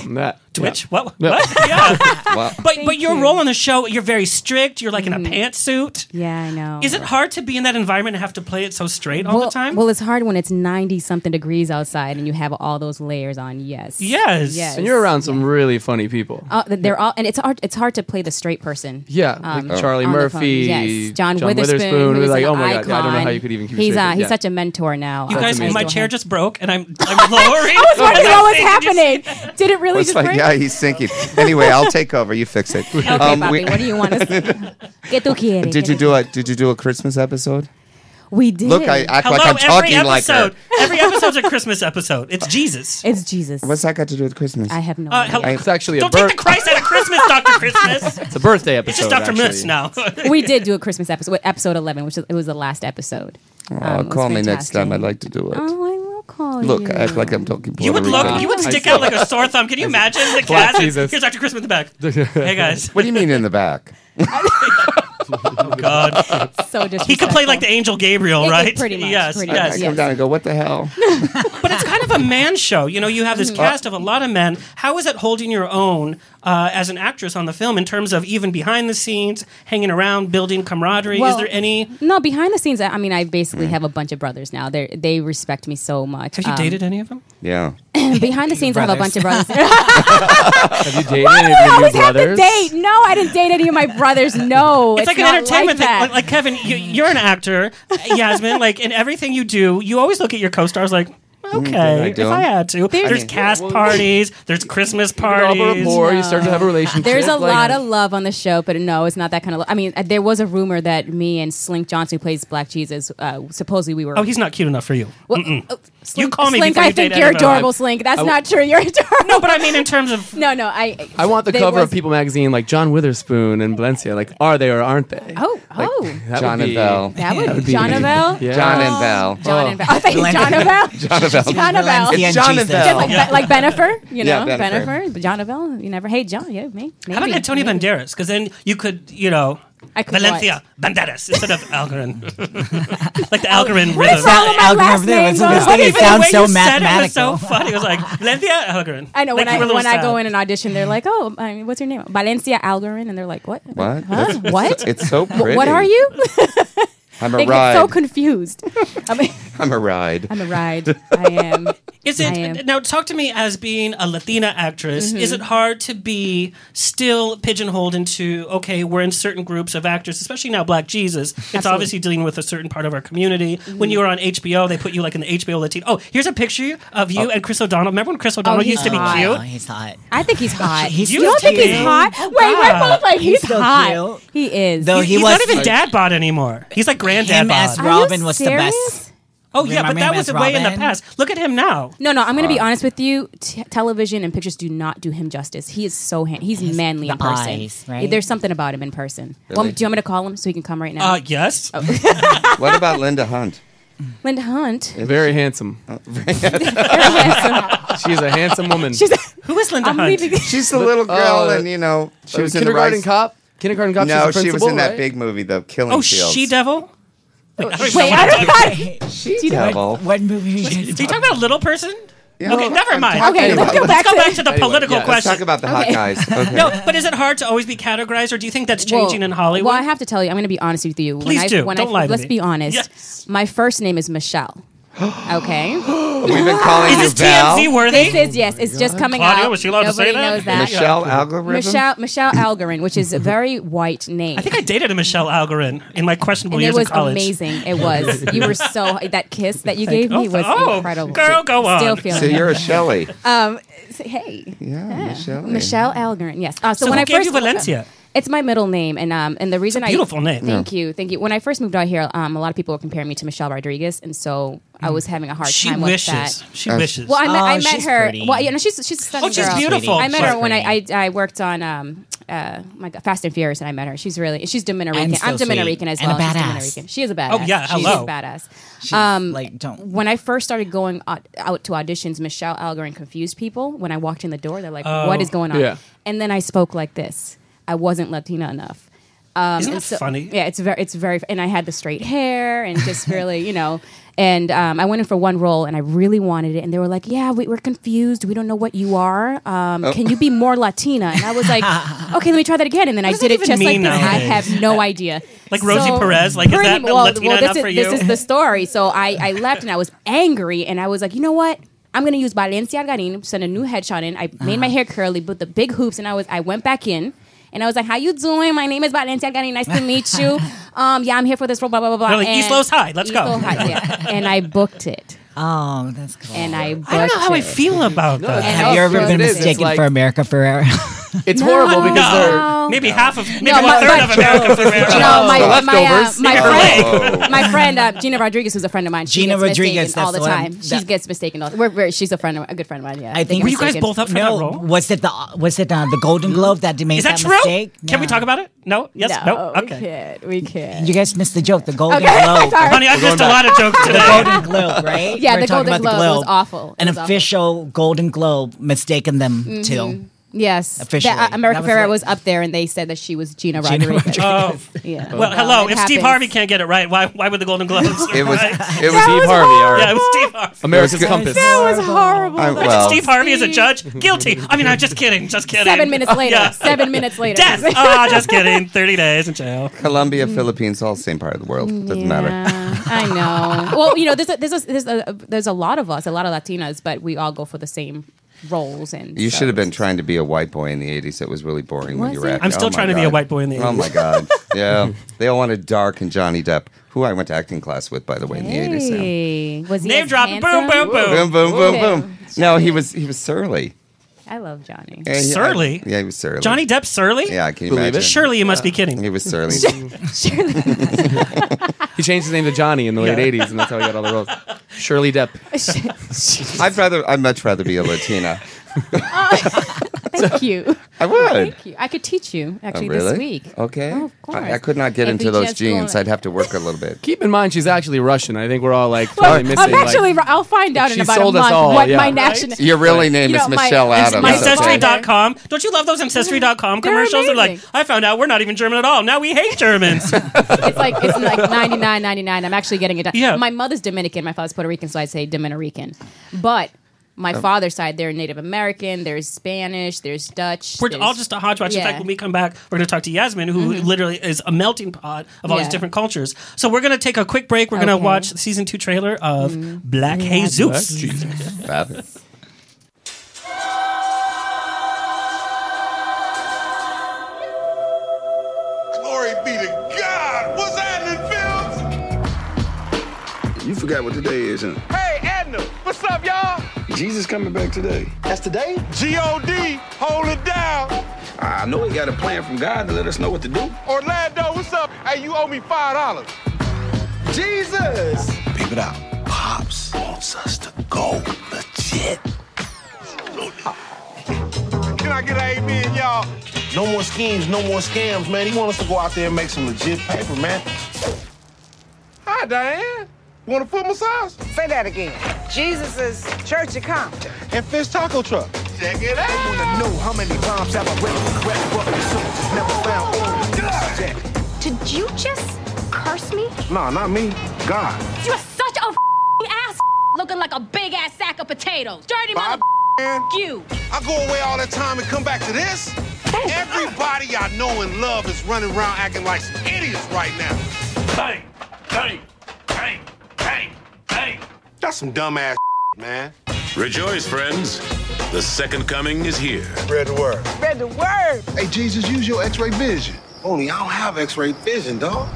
That
Twitch, what? what? Yeah. But but
Thank
your
you. Mm-hmm.
role on the show, you're very strict. You're like in a pantsuit.
Yeah, I know.
Is it hard to be in that environment and have to play it so straight all
well,
the time?
Well, it's hard when it's 90 something degrees outside and you have all those layers on. Yes. Yes.
And you're around some really funny people.
Oh, th- they're all, and it's hard. It's hard to play the straight person.
Yeah,
Um,
Oh.
like Charlie
on the
Murphy,
phone. yes, John, Witherspoon.
We're
who's
like,
an
oh my god, I don't know
icon.
how you could even keep.
He's
straight.
uh, he's
Yeah.
such a mentor now.
you
of
guys,
Michael
my chair
Hess.
just broke, and I'm I'm lowering.
I was wondering
I'm
what was
saying, did you see-
happening. Did it really
It's
just
like,
break?
yeah, he's sinking. Anyway, I'll take over. You fix it. Um,
Okay,
um,
Bobby, what do you want to say? ¿Qué tú quieres?
Did you do a Did you do a Christmas episode?
We did.
Look, I act like
Hello,
I'm talking
every
like her.
episode. every episode's a Christmas episode. It's Jesus.
It's Jesus.
What's that got to do with Christmas?
I have no
Uh, help-
I-
It's actually a
Don't
birth.
take the Christ out of Christmas, Doctor Christmas.
It's a birthday episode.
It's just Doctor
actually.
Mutz now.
we did do a Christmas episode, episode 11, which is, it was the last episode.
Oh,
Um, it was
call me next
fantastic.
time. I'd like to do it.
Oh, I will call
Look,
you.
I act like I'm talking.
You would
Puerto
look.
Rican.
You would stick
I
out like a sore thumb. Can you imagine the
Black
cast?
Jesus.
Here's Doctor Christmas in the back. Hey guys.
What do you mean in the back?
Oh God.
So
He could play like the angel Gabriel,
It- it
right?
pretty much,
Yes.
pretty
yes.
much,
I come down and go, what the hell?
But it's kind of a man show. You know, you have
Mm.
this cast of a lot of men. How is it holding your own uh, as an actress on the film in terms of even behind the scenes, hanging around, building camaraderie?
Well,
is there any? Mm.
No, behind the scenes, I I mean, I basically have a bunch of brothers now. They they respect me so much.
Have you
Um,
dated any of them?
Yeah.
behind the scenes, I have a bunch of brothers.
Have you dated
Why
any
do we
of your
always
new
have to
brothers?
date? No, I didn't date any of my brothers. No,
It's,
it's,
like an
not
entertainment
like that.
thing. Like, like Kevin, you, you're an actor, uh, Yasmin. Like in everything you do, you always look at your co-stars like.
Mm,
did I
Okay,
do
if I
them?
had to. There's, cast parties. There's Christmas
develop a
parties.
rapport, you start to have a relationship.
There's a
like-
lot of love on the show, but no, it's not that kind of. Lo- I mean, uh, there was a rumor that me and Slink Johnson, who plays Black Jesus, uh, supposedly we were.
Oh, he's not cute enough for you.
Well,
Mm-mm.
uh,
you call me
Slink,
before
I
you
think
date
you're
anybody.
adorable, Slink. That's
I w-
not true. You're adorable.
No, but I mean in terms of
no, no. I
I want the
they
cover
was-
of People magazine like John Witherspoon and Valencia. Like, are they or aren't they?
Oh,
Like,
oh.
that
John
would
and
be-
Val.
That would- John and Val?
Yeah.
John and Val.
John
Oh.
and Val. I think it's John
John and Val.
Jonabelle.
It's John and
Just
Val.
like, Be- like Benifer, you
Yeah,
know,
Benifer.
Benifer, but Jonabelle. You never, hey, John, yeah, me. Maybe.
Mm. How about Antonio
maybe.
Banderas? Because then you could, you know,
I could
Valencia Banderas instead of Algarin. like the Algarin
Oh, What is
rhythm.
wrong with my last name? though?
This thing, it
Even
sounds
the way
so
you said it was so
mathematical.
funny. It was like Valencia Algarin.
I know
Like,
when
you were a
I
little
when I go
sad.
in an audition, they're like, "Oh, I mean, what's your name? Valencia Algarin," and they're like, "What?
What?
Huh?
That's-
What?
It's so
Wh-
pretty.
What are you?"
I'm
They
a
get so
ride.
confused. I mean,
I'm a ride.
I'm a ride. I am.
Is
I am.
it now? Talk to me as being a Latina actress.
Mhm.
Is it hard to be still pigeonholed into? Okay, we're in certain groups of actors, especially now. Black Jesus. It's
Absolutely. Mm-hmm.
obviously dealing with a certain part of our community. When you were on HBO, they put you like in the HBO Latino. Oh, here's a picture of you and Chris O'Donnell. Remember when Chris O'Donnell
Oh. he's
used to be
hot.
cute?
Oh, he's hot.
I think he's hot.
He's
you
still
don't think he's
cute.
hot?
Oh,
Wait, we're
God.
both like
He's
he's,
still
hot. He is.
Though
He
he
he's
was
not even dad bod anymore. He's like granddad
Him
bod.
as Robin was the
serious?
best.
oh yeah, but
Remember
that
him
was
as
the way in the
Robin? Uh,
past. Look at him now.
No, no, I'm going to be honest with you. T- television and pictures do not do him justice. He is so hand- he's manly in
the
person.
eyes, right?
There's something about him in person. Well,
Really?
do you want me to call him so he can come right now?
Uh, yes.
Oh.
What about Linda Hunt?
Linda Hunt.
Very handsome. She's a handsome woman.
She's
Who is Linda
I'm
Hunt?
leaving.
She's the little girl,
uh,
and you know she
uh,
was in the
kindergarten
rice-
cop. Kindergarten cop.
No,
she's the
she was
principal,
in that
right?
big movie, The Killing
Oh,
Fields.
she devil. Like, I don't even know
Oh, Wait,
what
I
I'm
don't
talking about.
What-
she devil.
What movie? Are you
Do you talk about little person?
Yeah.
okay,
No,
never
I'm
mind.
talking Okay, let's about- go
back
go
to-
back to the
Anyway,
political
yeah,
Let's
question.
talk about the hot
Okay.
guys. Okay.
no, but is it hard to always be categorized, or do you think that's changing
well,
in Hollywood?
Well, I have to tell you, I'm going to be honest with you.
Please
when I,
do.
When
Don't
I,
lie to
Let's
me.
be honest.
Yes.
My first name is Michelle. Okay.
We've been calling
is
you
this
Val.
TMZ
this
worthy?
is yes.
Oh
It's just coming
Claudia,
out.
was she allowed to say
Nobody
that?
knows that.
Michelle algorithm.
Michelle Michelle Algarin, which is a very white name.
I think I dated a Michelle Algarin in my questionable
and it
years
was
of college.
amazing. It was. You were so that kiss that you gave me
oh,
was
oh,
incredible.
girl, go on.
Still feeling
So
it.
you're a Shelley.
Um, s- hey,
Yeah, Michelle.
Michelle Algarin. Yes. Uh, so,
So
when
who
I
gave
first uh,
you Valencia?
It's my middle name, and um, and the reason
beautiful
I
name.
Thank you, thank you. When I first moved out here, um, a lot of people were comparing me to Michelle Rodriguez, and so I was having a hard
Mm. She
time
wishes.
with that.
She Uh, wishes.
Well, I met,
Oh,
I met
she's
her.
pretty.
Well, you know, she's she's a stunning
Oh, she's
girl.
beautiful.
I met
She's
her when I, I I worked on um uh my God, Fast and Furious, and I met her. She's really she's Dominican.
And so
I'm Dominican
sweet.
as
And
well.
a
She's
badass.
Dominican. She is a badass.
Oh, yeah,
she's
hello.
a badass.
She's,
um,
like, don't-
When I first started going out, out to auditions, Michelle Algorin confused people. When I walked in the door, they're like,
Oh.
"What is going on?"
Yeah.
And then I spoke like this. I wasn't Latina enough. Um,
Isn't
and
that funny?
Yeah, it's very, it's very, and I had the straight hair and just really, you know, and um, I went in for one role and I really wanted it, and they were like, "Yeah, we, we're confused. We don't know what you are. Um,
Oh.
Can you be more Latina?" And I was like, "Okay, let me try that again." And then I
does
did
that
it
even
just like
mean
this. I
nowadays?
have no idea.
Like Rosie Perez, like, is
pretty-
that Latina
this
enough
is,
for
This
you?
is the story. So I, I left and I was angry and I was like, you know what? I'm gonna use Valencia Algarin, send a new headshot in. I
Uh-huh.
made my hair curly, put the big hoops, and I was I went back in. And I was like, "How you doing? My name is Valencia Algarin. Nice to meet you. Um, yeah, I'm here for this role. Blah blah blah blah."
They're like,
And-
East Los High, let's
East
go.
Los High, yeah. And I booked it.
Oh, that's cool.
And I. Booked
I don't know how I
it.
feel about that.
Have you ever been mistaken for America Ferrera?
It's
horrible because
No.
they're-
maybe half of maybe
No,
one
my-
third
my-
of America Ferrera.
No, my,
Oh.
my, uh,
Leftovers?
my
Oh.
friend, my friend uh, Gina Rodriguez, who's a friend of mine. She
Gina
gets mistaken
Rodriguez, that's
all the
the one I'm-
time. she
that-
gets mistaken. All, we're, we're, she's a friend, of, a good friend of mine. Yeah,
I think
Were you guys both
up for
no,
that role?
Was it the was it uh, the Golden Globe that made
Is that, true?
mistake?
Can we talk about it? No. Yes. No.
we
Okay.
can't. We can't.
You guys missed the joke. The Golden
Okay,
Globe.
sorry.
Honey, I've missed a lot of jokes
The
today.
Golden Globe, right?
Yeah,
We're
the
talking
Golden
about
Globe was awful. It
An
was awful.
official Golden Globe mistaken them
Mhm.
Mm-hmm. till.
Yes,
Officially.
That, uh, America
That was
Ferrera
like-
was up there, and they said that she was Gina
Gina
Rodriguez.
Oh.
yeah.
Well, hello.
it
If Steve
happens.
Harvey can't get it right, why why would the Golden Globes?
It was-
Right?
it was That Steve was Harvey, all right.
Yeah, it was Steve Harvey.
America's That was Compass.
That was horrible.
I-
That was
well-
Steve Harvey is a judge. Guilty. I mean, I'm just kidding. Just kidding.
Seven minutes
Oh,
later.
yeah.
Seven minutes later.
Death. Ah, just kidding. Thirty days in jail.
Colombia, Philippines, all same part of the world. Doesn't matter.
Yeah, I know. Well, you know, there's a, there's a, there's a there's a lot of us, a lot of Latinas, but we all go for the same roles and
You
so-
should have been trying to be a white boy in the '80s. It was really boring when
Was
you were
it?
acting.
I'm still
Oh my
trying to be a
God.
white boy in the
Oh
80s.
my god! Yeah, they all wanted Dark and Johnny Depp, who I went to acting class with, by the way, in the '80s. yeah.
Hey, was he
Name
as
drop. Boom,
handsome?
boom, boom.
Boom, boom, boom,
Okay.
boom. No, he was he was surly.
I love Johnny.
Yeah, he- I-
Surly?
yeah, he was surly.
Johnny Depp Surly?
Yeah, can you
Believe
imagine?
it?
Surely you must be kidding.
He was surly.
He changed his name to Johnny in the late '80s, and that's how he got all the roles. Shirley Depp.
I'd rather, I'd much rather be a Latina.
Thank you.
I would.
Thank you. I could teach you actually
oh, really?
this week.
Okay.
Oh, of course.
I, I could not get
If
into
you
those
just go
jeans.
on-
I'd have to work a little bit.
Keep in mind, she's actually Russian. I think we're all like
Well,
totally missing.
I'm actually.
like,
I'll find out in
she
about
sold
a
us
month
all,
what
yeah.
my
Right?
national.
Your really name
You
is
know, my-
Michelle
It's
Adams.
my
that's
sister
all.
died-
Ancestry.com. Don't you love those Ancestry.com
They're
commercials? They're like,
amazing.
I found out we're not even German at all. Now we hate Germans.
it's like it's like 99 99 i'm actually getting it done
Yeah.
my mother's dominican my father's puerto rican so i say dominican but my
Oh.
father's side they're native american there's spanish there's dutch
We're
there's-
all just a hodgepodge. In
Yeah. Mm-hmm.
fact, when we come back, we're going to talk to Yasmin, who literally is a melting pot of all
Yeah.
these different cultures. So we're going to take a quick break. We're going
Okay. Mm-hmm.
to watch the season two trailer of Black Mm-hmm. Jesus.
Black Jesus. Fabulous.
Glory be to God. What's happening,
You forgot what today is, huh?
Phil? Hey, Edna. What's up, y'all?
Jesus coming back today.
That's today? G-O-D. Hold it down.
I know he got a plan from God to let us know what to do.
Orlando, what's up? Hey, you owe me $5. Jesus.
Peep it out. Pops wants us to go legit.
Can I get an amen, y'all?
No more schemes, no more scams, man. He wants us to go out there and make some legit paper, man.
Hi, Diane. Want a foot massage?
Say that again. Jesus' Church of Compton.
And fish taco truck. Check it out.
wanna know how many bombs have I read, read, but the soldiers never found on the
Did you just curse me? No, not me. God.
You're such a ass looking like a big ass sack of potatoes. Dirty mother you.
I go away all that time and come back to this? Everybody I know and love is running around acting like some idiots right now. Bang, bang, bang, bang, bang. That's some dumbass man.
Rejoice, friends. The second coming is here.
Spread the word.
Spread the word.
Hey, Jesus, use your x-ray vision. Only I don't have x-ray vision, dog.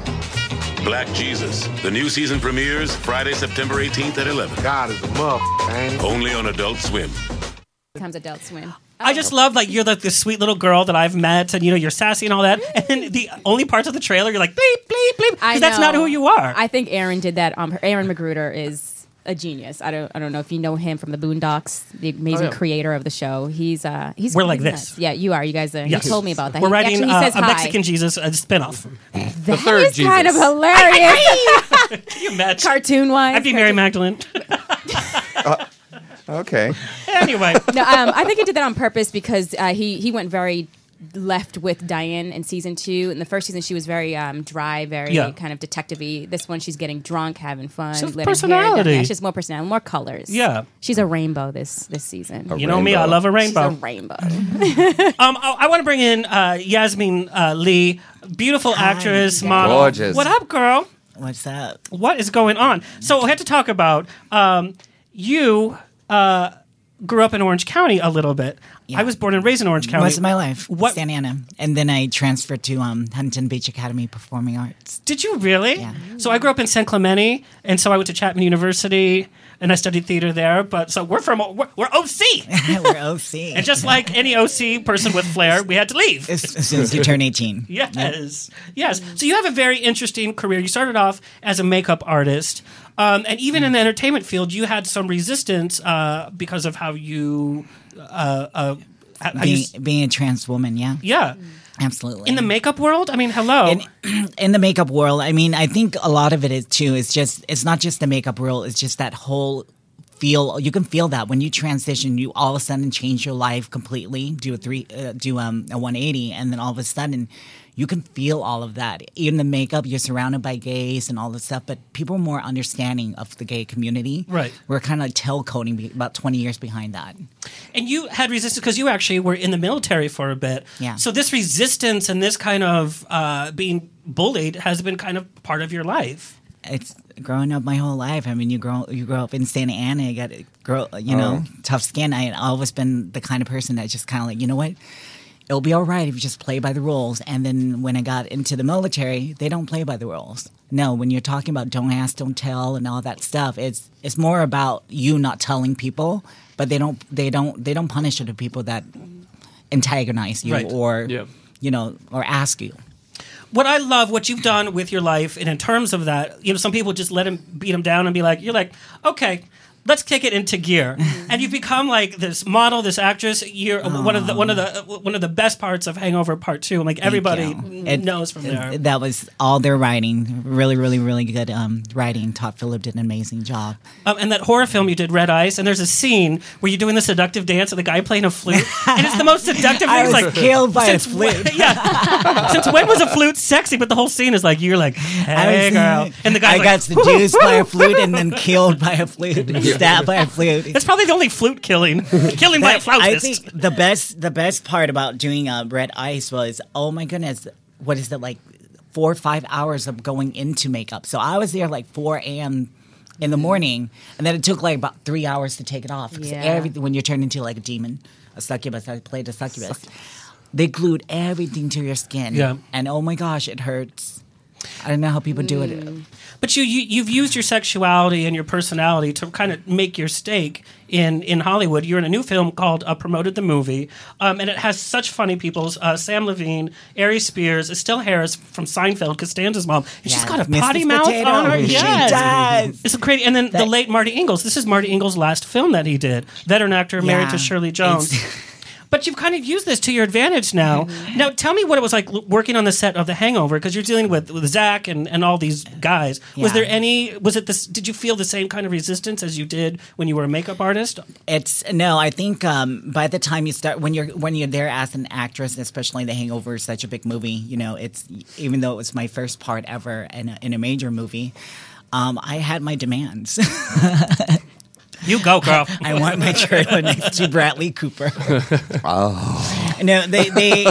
Black Jesus. The new season premieres Friday, September 18th at 11. God is a mother. Only on Adult Swim.
sometimes adults swim
I just love like you're like this sweet little girl that I've met, and you know you're sassy and all that.
Mm-hmm.
And the only parts of the trailer you're like bleep bleep bleep
I
because that's not
know.
who you are.
I think Aaron did that. Um, Aaron Magruder is a genius. I don't, I don't know if you know him from the Boondocks, the amazing
Oh, yeah.
creator of the show. He's, uh, he's.
We're like
he's
this.
nuts. Yeah, you are. You guys are.
Yes.
He told me about that.
We're
he,
writing
actually, he
uh,
says
a
hi.
Mexican Jesus uh, spinoff.
the third It's kind of hilarious.
Can you imagine?
Cartoon wise.
I'd be Mary Magdalene.
Okay.
anyway,
no, um, I think he did that on purpose because uh, he he went very left with Diane in season two. In the first season, she was very um, dry, very
Yeah.
kind of detective-y. This one, she's getting drunk, having fun.
She's
letting her down.
personality.
Yeah, she's more personality, more colors.
Yeah.
she's a rainbow this this season.
You know me, I love a rainbow.
She's a rainbow.
um, I, want to bring in uh, Yasmin uh, Lee, beautiful actress, model.
Gorgeous.
What up, girl?
What's up?
What is going on? So we had to talk about um, you. Uh, grew up in Orange County a little bit. I was born and raised in Orange County.
Most of my life, Santa Ana, and then I transferred to um, Huntington Beach Academy Performing Arts.
Did you really? Yeah. So I grew up in San Clemente, and so I went to Chapman University, and I studied theater there. But so we're from we're, we're OC,
we're OC,
and just like any OC person with flair, we had to leave
As soon as you turn eighteen,
Yes, yes. So you have a very interesting career. You started off as a makeup artist, um, and even in the entertainment field, you had some resistance uh, because of how you, uh, uh, how how you
being,
s-
being a trans woman, yeah,
yeah,
Mm-hmm.
absolutely.
in the makeup world. I mean, hello.
in the makeup world, I mean, I think a lot of it is too. It's just it's not just the makeup world. It's just that whole feel. You can feel that when you transition, you all of a sudden change your life completely. Do a three, uh, do um a one eighty, and then all of a sudden. You can feel all of that. Even the makeup, you're surrounded by gays and all this stuff, but people are more understanding of the gay community.
Right.
We're kind of tail coding be- about 20 years behind that.
And you had resistance because you actually were in the military for a bit.
Yeah.
So this resistance and this kind of uh, being bullied has been kind of part of your life.
it's growing up my whole life. I mean, you grow you grow up in Santa Ana, you got grow, you know,
Oh.
tough skin. I had always been the kind of person that just kind of like, you know what, it'll be all right if you just play by the rules. And then when I got into the military, they don't play by the rules. No, when you're talking about don't ask, don't tell, and all that stuff, it's it's more about you not telling people, but they don't they don't they don't punish the people that antagonize you
Right.
or you know or ask you.
What I love, what you've done with your life, and in terms of that, you know, some people just let him beat him down and be like, you're like, okay. Let's kick it into gear,
Mm-hmm.
and you've become like this model, this actress. You're one of the one of the
Uh-huh.
uh, one of the best parts of Hangover Part Two. I'm like everybody
It-
knows from there.
That was all their writing. Really, really, really good um, writing. Todd Phillip did an amazing job.
Um, and that horror film you did, Red Eyes, and there's a scene where you're doing the seductive dance and the guy playing a flute, and it's the most seductive.
I
thing. It's
was
like
killed by a
since when- yeah, since when was a flute sexy? But the whole scene is like you're like, hey
was-
girl, and the guy
I got seduced by a flute and then killed by a flute, stabbed by a flute.
That's probably the only flute killing, killing by a
That- I
flautist.
think the best, the best part about doing uh, Red Ice was, oh my goodness, what is it like? Four or five hours of going into makeup. So I was there like four a.m. in the morning, and then it took like about three hours to take it off. 'Cause
Yeah.
everything when you're turned into like a demon, a succubus. I played a succubus. They glued everything to your skin.
Yeah.
And oh my gosh, it hurts. I don't know how people do it.
But you, you you've used your sexuality and your personality to kind of make your stake in in Hollywood. You're in a new film called uh, "Promoted the Movie," um, and it has such funny people's uh, Sam Levine, Ari Spears, Estelle Harris from Seinfeld, Costanza's mom. And She's
Yes,
got a
Mrs.
potty mouth
Potato.
on her.
She
Yes.
does.
It's crazy. And then the late Marty Ingalls. This is Marty Ingalls' last film that he did. Veteran actor, married
Yeah.
to Shirley Jones. But you've kind of used this to your advantage now.
Mm-hmm.
Now, tell me what it was like l- working on the set of The Hangover because you're dealing with, with Zach and, and all these guys. Was
Yeah.
there any? Was it this? Did you feel the same kind of resistance as you did when you were a makeup artist?
It's no, I think um, by the time you start when you're when you're there as an actress, especially The Hangover is such a big movie. You know, it's even though it was my first part ever in a, in a major movie, um, I had my demands.
You go, girl.
I want my trailer next to Bradley Cooper. oh. No, they, they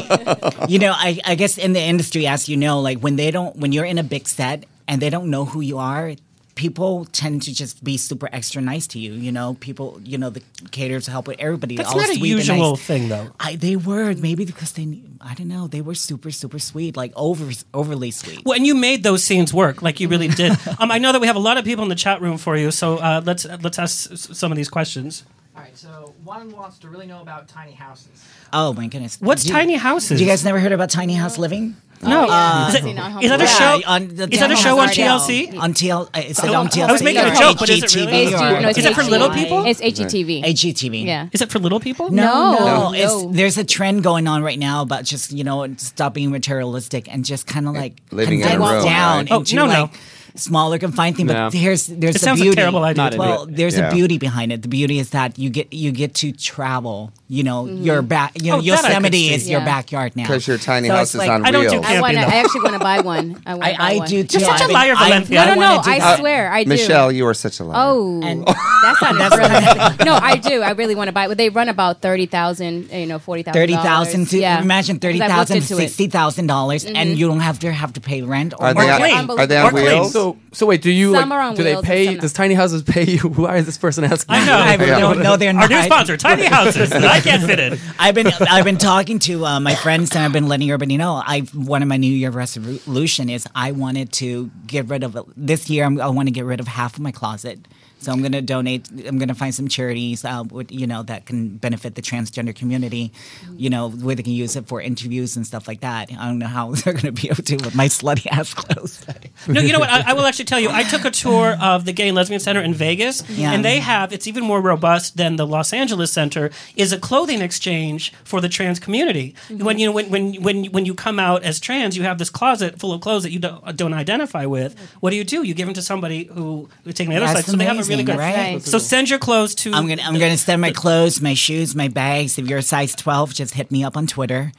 you know, I, I guess in the industry, as you know, like when they don't, when you're in a big set and they don't know who you are, people tend to just be super extra nice to you. You know, people, you know, the caterers help with everybody.
That's
all
not a
sweet and
usual
nice.
thing, though.
I, they were maybe because they, knew- I don't know, they were super, super sweet, like over, overly sweet.
Well, and you made those scenes work, like you really did. um, I know that we have a lot of people in the chat room for you, so uh, let's let's ask s- s- some of these questions.
All right, so one wants to really know about tiny houses.
Oh my goodness.
What's tiny houses?
You guys never heard about tiny house living?
Oh, No.
Uh,
Is it- is that a show- is that a show on TLC?
On TL, uh, it's
Oh,
on TLC.
I was making a joke, but is it really?
HGTV.
Is it for little people?
It's HGTV.
HGTV.
Yeah.
Is it for little people?
No,
No,
no,
no.
It's, there's a trend going on right now about just you know stop being materialistic and just kind of like
living in a
condense
room,
down
right? Oh,
into
no, no.
like smaller confined thing.
No.
But here's there's
It
the
sounds a
beauty.
terrible idea. Not into
well,
it.
there's
Yeah.
a beauty behind it. The beauty is that you get you get to travel. You know your back. You know
Oh, that I could
Yosemite
see.
is
Yeah.
your backyard now
'Cause your tiny
So
house
it's
is on
I don't do
wheels.
I, wanna, I actually want to buy one. I, wanna
I-
buy
I
one.
do, too. You're such a
I think-
liar,
I-
Valencia.
No, no, no.
I wanna do
I
that.
swear, I do.
Michelle, you are such a liar.
Oh, that's not brilliant. No, I do. I really want to buy. it. But they run about thirty thousand, you know, forty thousand.
Thirty thousand to
Yeah.
imagine
Because
thirty
I looked
thousand to
into it.
sixty thousand dollars,
Mhm.
and you don't have to have to pay rent or,
Are they on-
rent.
are they on Or claims. wheels?
So, so wait, do you
Some
like?
are on
do
wheels
they
and
pay? Does tiny houses pay you? Why is this person asking?
I know. I really don't know their
Our new
name.
sponsor, Tiny Houses, that I can't fit in.
I've been I've been talking to uh, my friends and I've been letting everybody know. I one of my New Year resolution is I wanted to get rid of this year. I'm, I want to get rid of half of my closet. So I'm gonna donate. I'm gonna find some charities, uh, with, you know, that can benefit the transgender community. You know, where they can use it for interviews and stuff like that. I don't know how they're gonna be able to with my slutty ass clothes.
No, you know what? I, I will actually tell you. I took a tour of the Gay and Lesbian Center in Vegas,
Yeah.
and they have it's even more robust than the Los Angeles Center. Is a clothing exchange for the trans community. When you know when, when when when you come out as trans, you have this closet full of clothes that you don't, don't identify with. What do you do? You give them to somebody who is taking the other
That's
side. So they have a really
amazing,
good.
right?
So send your clothes to.
I'm gonna I'm gonna send my clothes, my shoes, my bags. If you're a size 12, just hit me up on Twitter.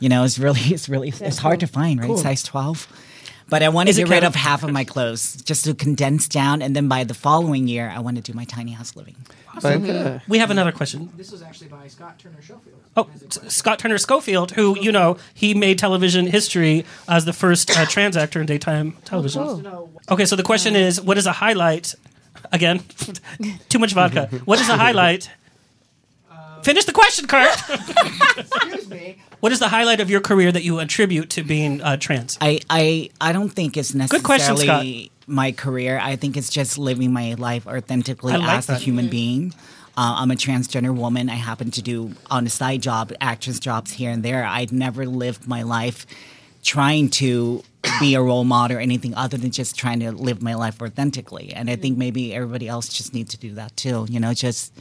You know, it's really it's really it's hard to find, right?
Cool.
Size 12. But I want to
Is it
get rid of
Kevin?
half of my clothes just to condense down, and then by the following year, I want to do my tiny house living.
Awesome. We have another question.
This was actually by Scott Turner Schofield.
Oh, S- Scott Turner Schofield, who you know he made television history as the first uh, trans actor in daytime television.
Oh, cool.
Okay, so the question is, what is a highlight? Again, too much vodka. What is a highlight? Finish the question, Kurt.
Excuse me.
what is the highlight of your career that you attribute to being uh, trans?
I, I I don't think it's necessarily
question,
my career. I think it's just living my life authentically
I like
as a
that.
human
Mhm.
being. Uh, I'm a transgender woman. I happen to do on a side job, actress jobs here and there. I'd never lived my life trying to be a role model or anything other than just trying to live my life authentically. And I think maybe everybody else just needs to do that too. You know, just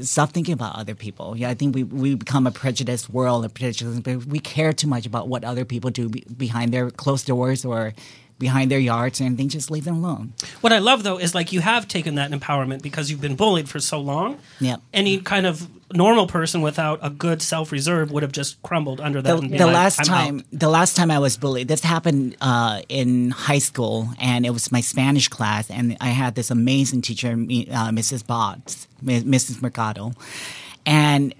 stop thinking about other people. Yeah, I think we, we become a prejudiced world, a prejudiced, but we care too much about what other people do be, behind their closed doors or behind their yards or anything. Just leave them alone.
What I love though is like you have taken that empowerment because you've been bullied for so long.
Yeah.
Any kind of normal person without a good self reserve would have just crumbled under that.
The,
and been
the
like,
last
"I'm out."
time, the last time I was bullied, this happened uh, in high school, and it was my Spanish class, and I had this amazing teacher, me- uh, Mrs. Botts, Mi- Mrs. Mercado, and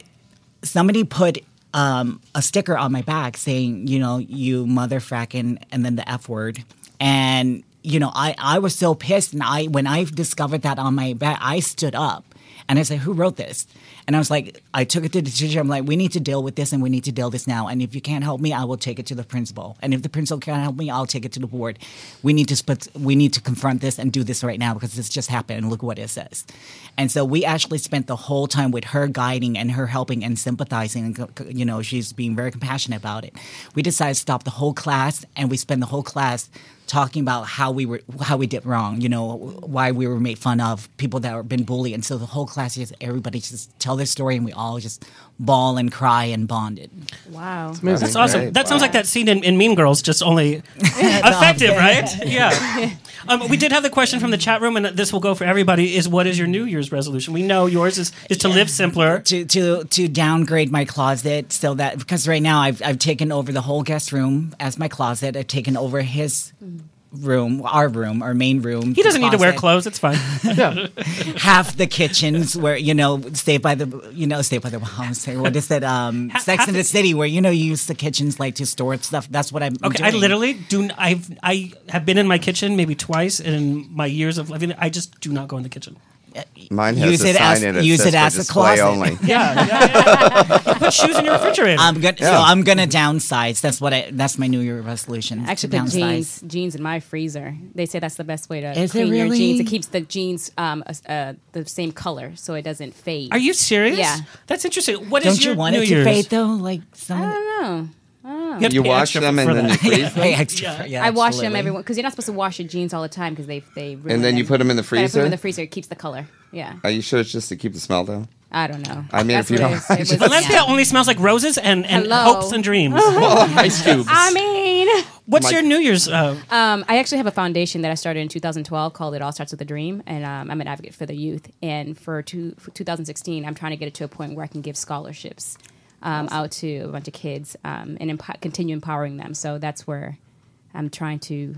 somebody put um, a sticker on my back saying, you know, you mother fracking, and then the F word. And, you know, I, I was so pissed. And I, when I discovered that on my back, I stood up and I said, who wrote this? And I was like, I took it to the teacher. I'm like, we need to deal with this and we need to deal this now. And if you can't help me, I will take it to the principal. And if the principal can't help me, I'll take it to the board. We need to split, we need to confront this and do this right now because this just happened and look what it says. And so we actually spent the whole time with her guiding and her helping and sympathizing. And, co- co- you know, she's being very compassionate about it. We decided to stop the whole class and we spent the whole class talking about how we were, how we did wrong, you know, why we were made fun of, people that were been bullied. And so the whole class just, everybody just tell their story and we all just bawl and cry and bonded.
Wow.
That's awesome. That sounds like that scene in, in Mean Girls, just only effective,
opposite.
right? Yeah. Um, we did have the question from the chat room, and this will go for everybody: is what is your New Year's resolution? We know yours is is to live simpler.
to to to downgrade my closet so that because right now I've I've taken over the whole guest room as my closet. I've taken over his room, our room, our main room.
He doesn't need to wear
closet,
clothes; it's fine.
Half the kitchens where you know Saved by the you know Saved by the Wow. Say what is that? Um, Sex in the City where you know you use the kitchens like to store stuff. That's what I'm.
Okay, I
doing.
literally do. n- I've I have been in my kitchen maybe twice in my years of living. I just do not go in the kitchen.
Uh, Mine has
use
a
it
sign
as
in it
use
says
it
for
as a
display
closet.
only.
yeah,
Put shoes in your refrigerator.
I'm gonna so
Yeah.
I'm gonna downsize. That's what I. That's my New Year resolution. is to
Actually, put
downsize.
jeans jeans in my freezer. They say that's the best way to
Is it
clean your
really?
jeans. It keeps the jeans um, uh, uh, the same color, so it doesn't fade.
Are you serious?
Yeah.
That's interesting. What is
Don't you
your
want
New
it to
Year's?
fade though? Like some.
I don't know. I don't know.
You have to You pay wash extra them for- and for then that. you freeze them?
Pay extra. for- Yeah,
Oh. I wash them
absolutely.
every because you're not supposed to wash your jeans all the time because they they ruin
then you put 'em in the
But I put 'em
freezer?
in the freezer. It keeps the color. Yeah,
Are you sure it's just to keep the smell down?
I don't know.
I mean,
That's
if you
what
don't,
it is. It was-
Valencia only smells like roses and, and
Hello.
hopes and dreams.
Oh, ice cubes.
I mean,
What's
Like-
your New Year's? Uh,
Um, I actually have a foundation that I started in 2012 called It All Starts with a Dream, and um, I'm an advocate for the youth. And for, two, for 2016, I'm trying to get it to a point where I can give scholarships um, out to a bunch of kids um, and empo- continue empowering them. So that's where I'm trying to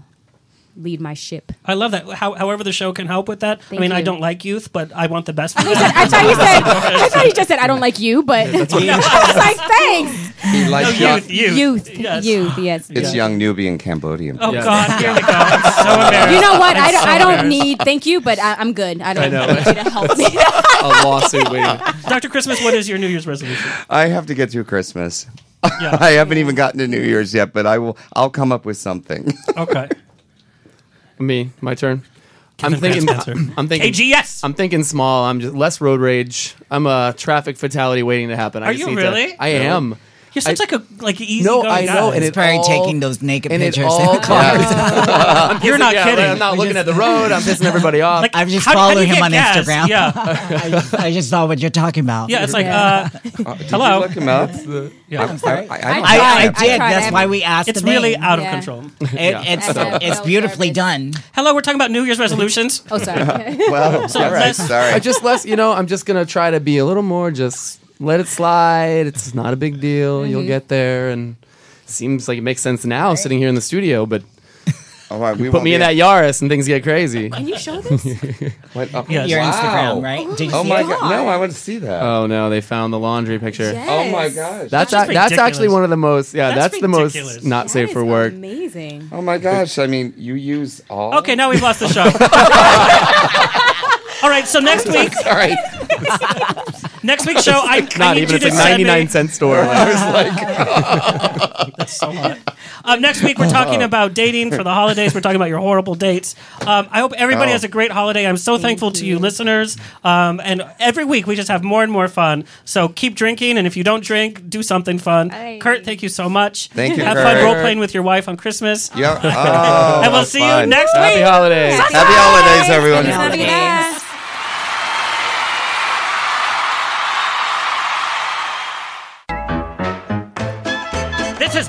lead my ship.
I love that. How, however, the show can help with that. I
Thank
mean, I
you.
don't like youth, but I want the best. For
I thought you said I thought you just said I don't like you, but I was like thanks.
He likes young,
youth, youth, youth, yes.
It's young newbie and Cambodian.
Oh,
Yeah.
God, here we go. I'm so embarrassed.
You know what?
I'm
I don't,
so
I don't
embarrassed.
need. Thank you, but I, I'm good. I don't
I know.
need you to help me.
a lawsuit waiting.
Dr. Christmas, what is your New Year's resolution?
I have to get through Christmas. I haven't even gotten to New Year's yet, but I will. I'll come up with something.
Okay.
Me, my turn.
Kevin
I'm thinking.
Grant's answer.
I'm thinking.
KGS.
I'm thinking small. I'm just less road rage. I'm a traffic fatality waiting to happen. I
Are
just
you
need to-
really?
I
Really?
am.
You're such like a like an easy.
No,
going
I
guy.
know, and
He's
it
probably
all-
taking those naked
and it
pictures.
all-
in the car.
I'm
You're
pissing-
not
yeah,
kidding.
I'm not
We
looking
just-
at the road. I'm pissing everybody off.
I'm just
how do- how do
following
you
him on
get gas?
Instagram.
Yeah.
I, just, I just saw what you're talking about.
Yeah, it's like uh,
Did
hello.
You look him up.
Yeah.
I'm sorry. I,
I,
I,
I,
tried.
did.
I tried.
That's why we asked.
It's
the name.
really out of Yeah. control.
It,
Yeah.
It's
Yeah.
it's beautifully done.
Hello, we're talking about New Year's resolutions.
oh, sorry.
well,
So
all right,
let's-
sorry.
I just less, you know, I'm just gonna try to be a little more just let it slide. It's not a big deal. You'll
Mhm.
get there and seems like it makes sense now sitting here in the studio, but
All right, we
put
won't
me in
be-
that Yaris and things get crazy.
Can you show this?
What, oh,
Yes.
Your
wow.
Instagram, right? Did you
Oh
see
my
it?
god! No, I want to see that.
Oh no, they found the laundry picture.
Yes.
oh my gosh!
That's
That's
a- that's actually
ridiculous.
one of the most yeah,
That's
that's, the most
ridiculous.
not safe for work.
Amazing.
oh my gosh! I mean, you use all.
Okay, now we've lost the show. All right, so next week,
All right.
next week's show, I, I
Not
need
even
you
it's
to
a
send me-
99 cent store. Like,
That's so hot. Um, next week, we're talking about dating for the holidays. We're talking about your horrible dates. Um, I hope everybody
Oh.
has a great holiday. I'm so thankful to you, listeners. Um, and every week, we just have more and more fun. So keep drinking, and if you don't drink, do something fun.
Aye.
Kurt, thank you so much.
Thank you,
Have
Kurt.
fun role playing with your wife on Christmas.
Yep. Oh,
and we'll
that's
see you
fun.
next
Happy
week.
holidays.
Happy holidays, everyone.
Navidad.
This has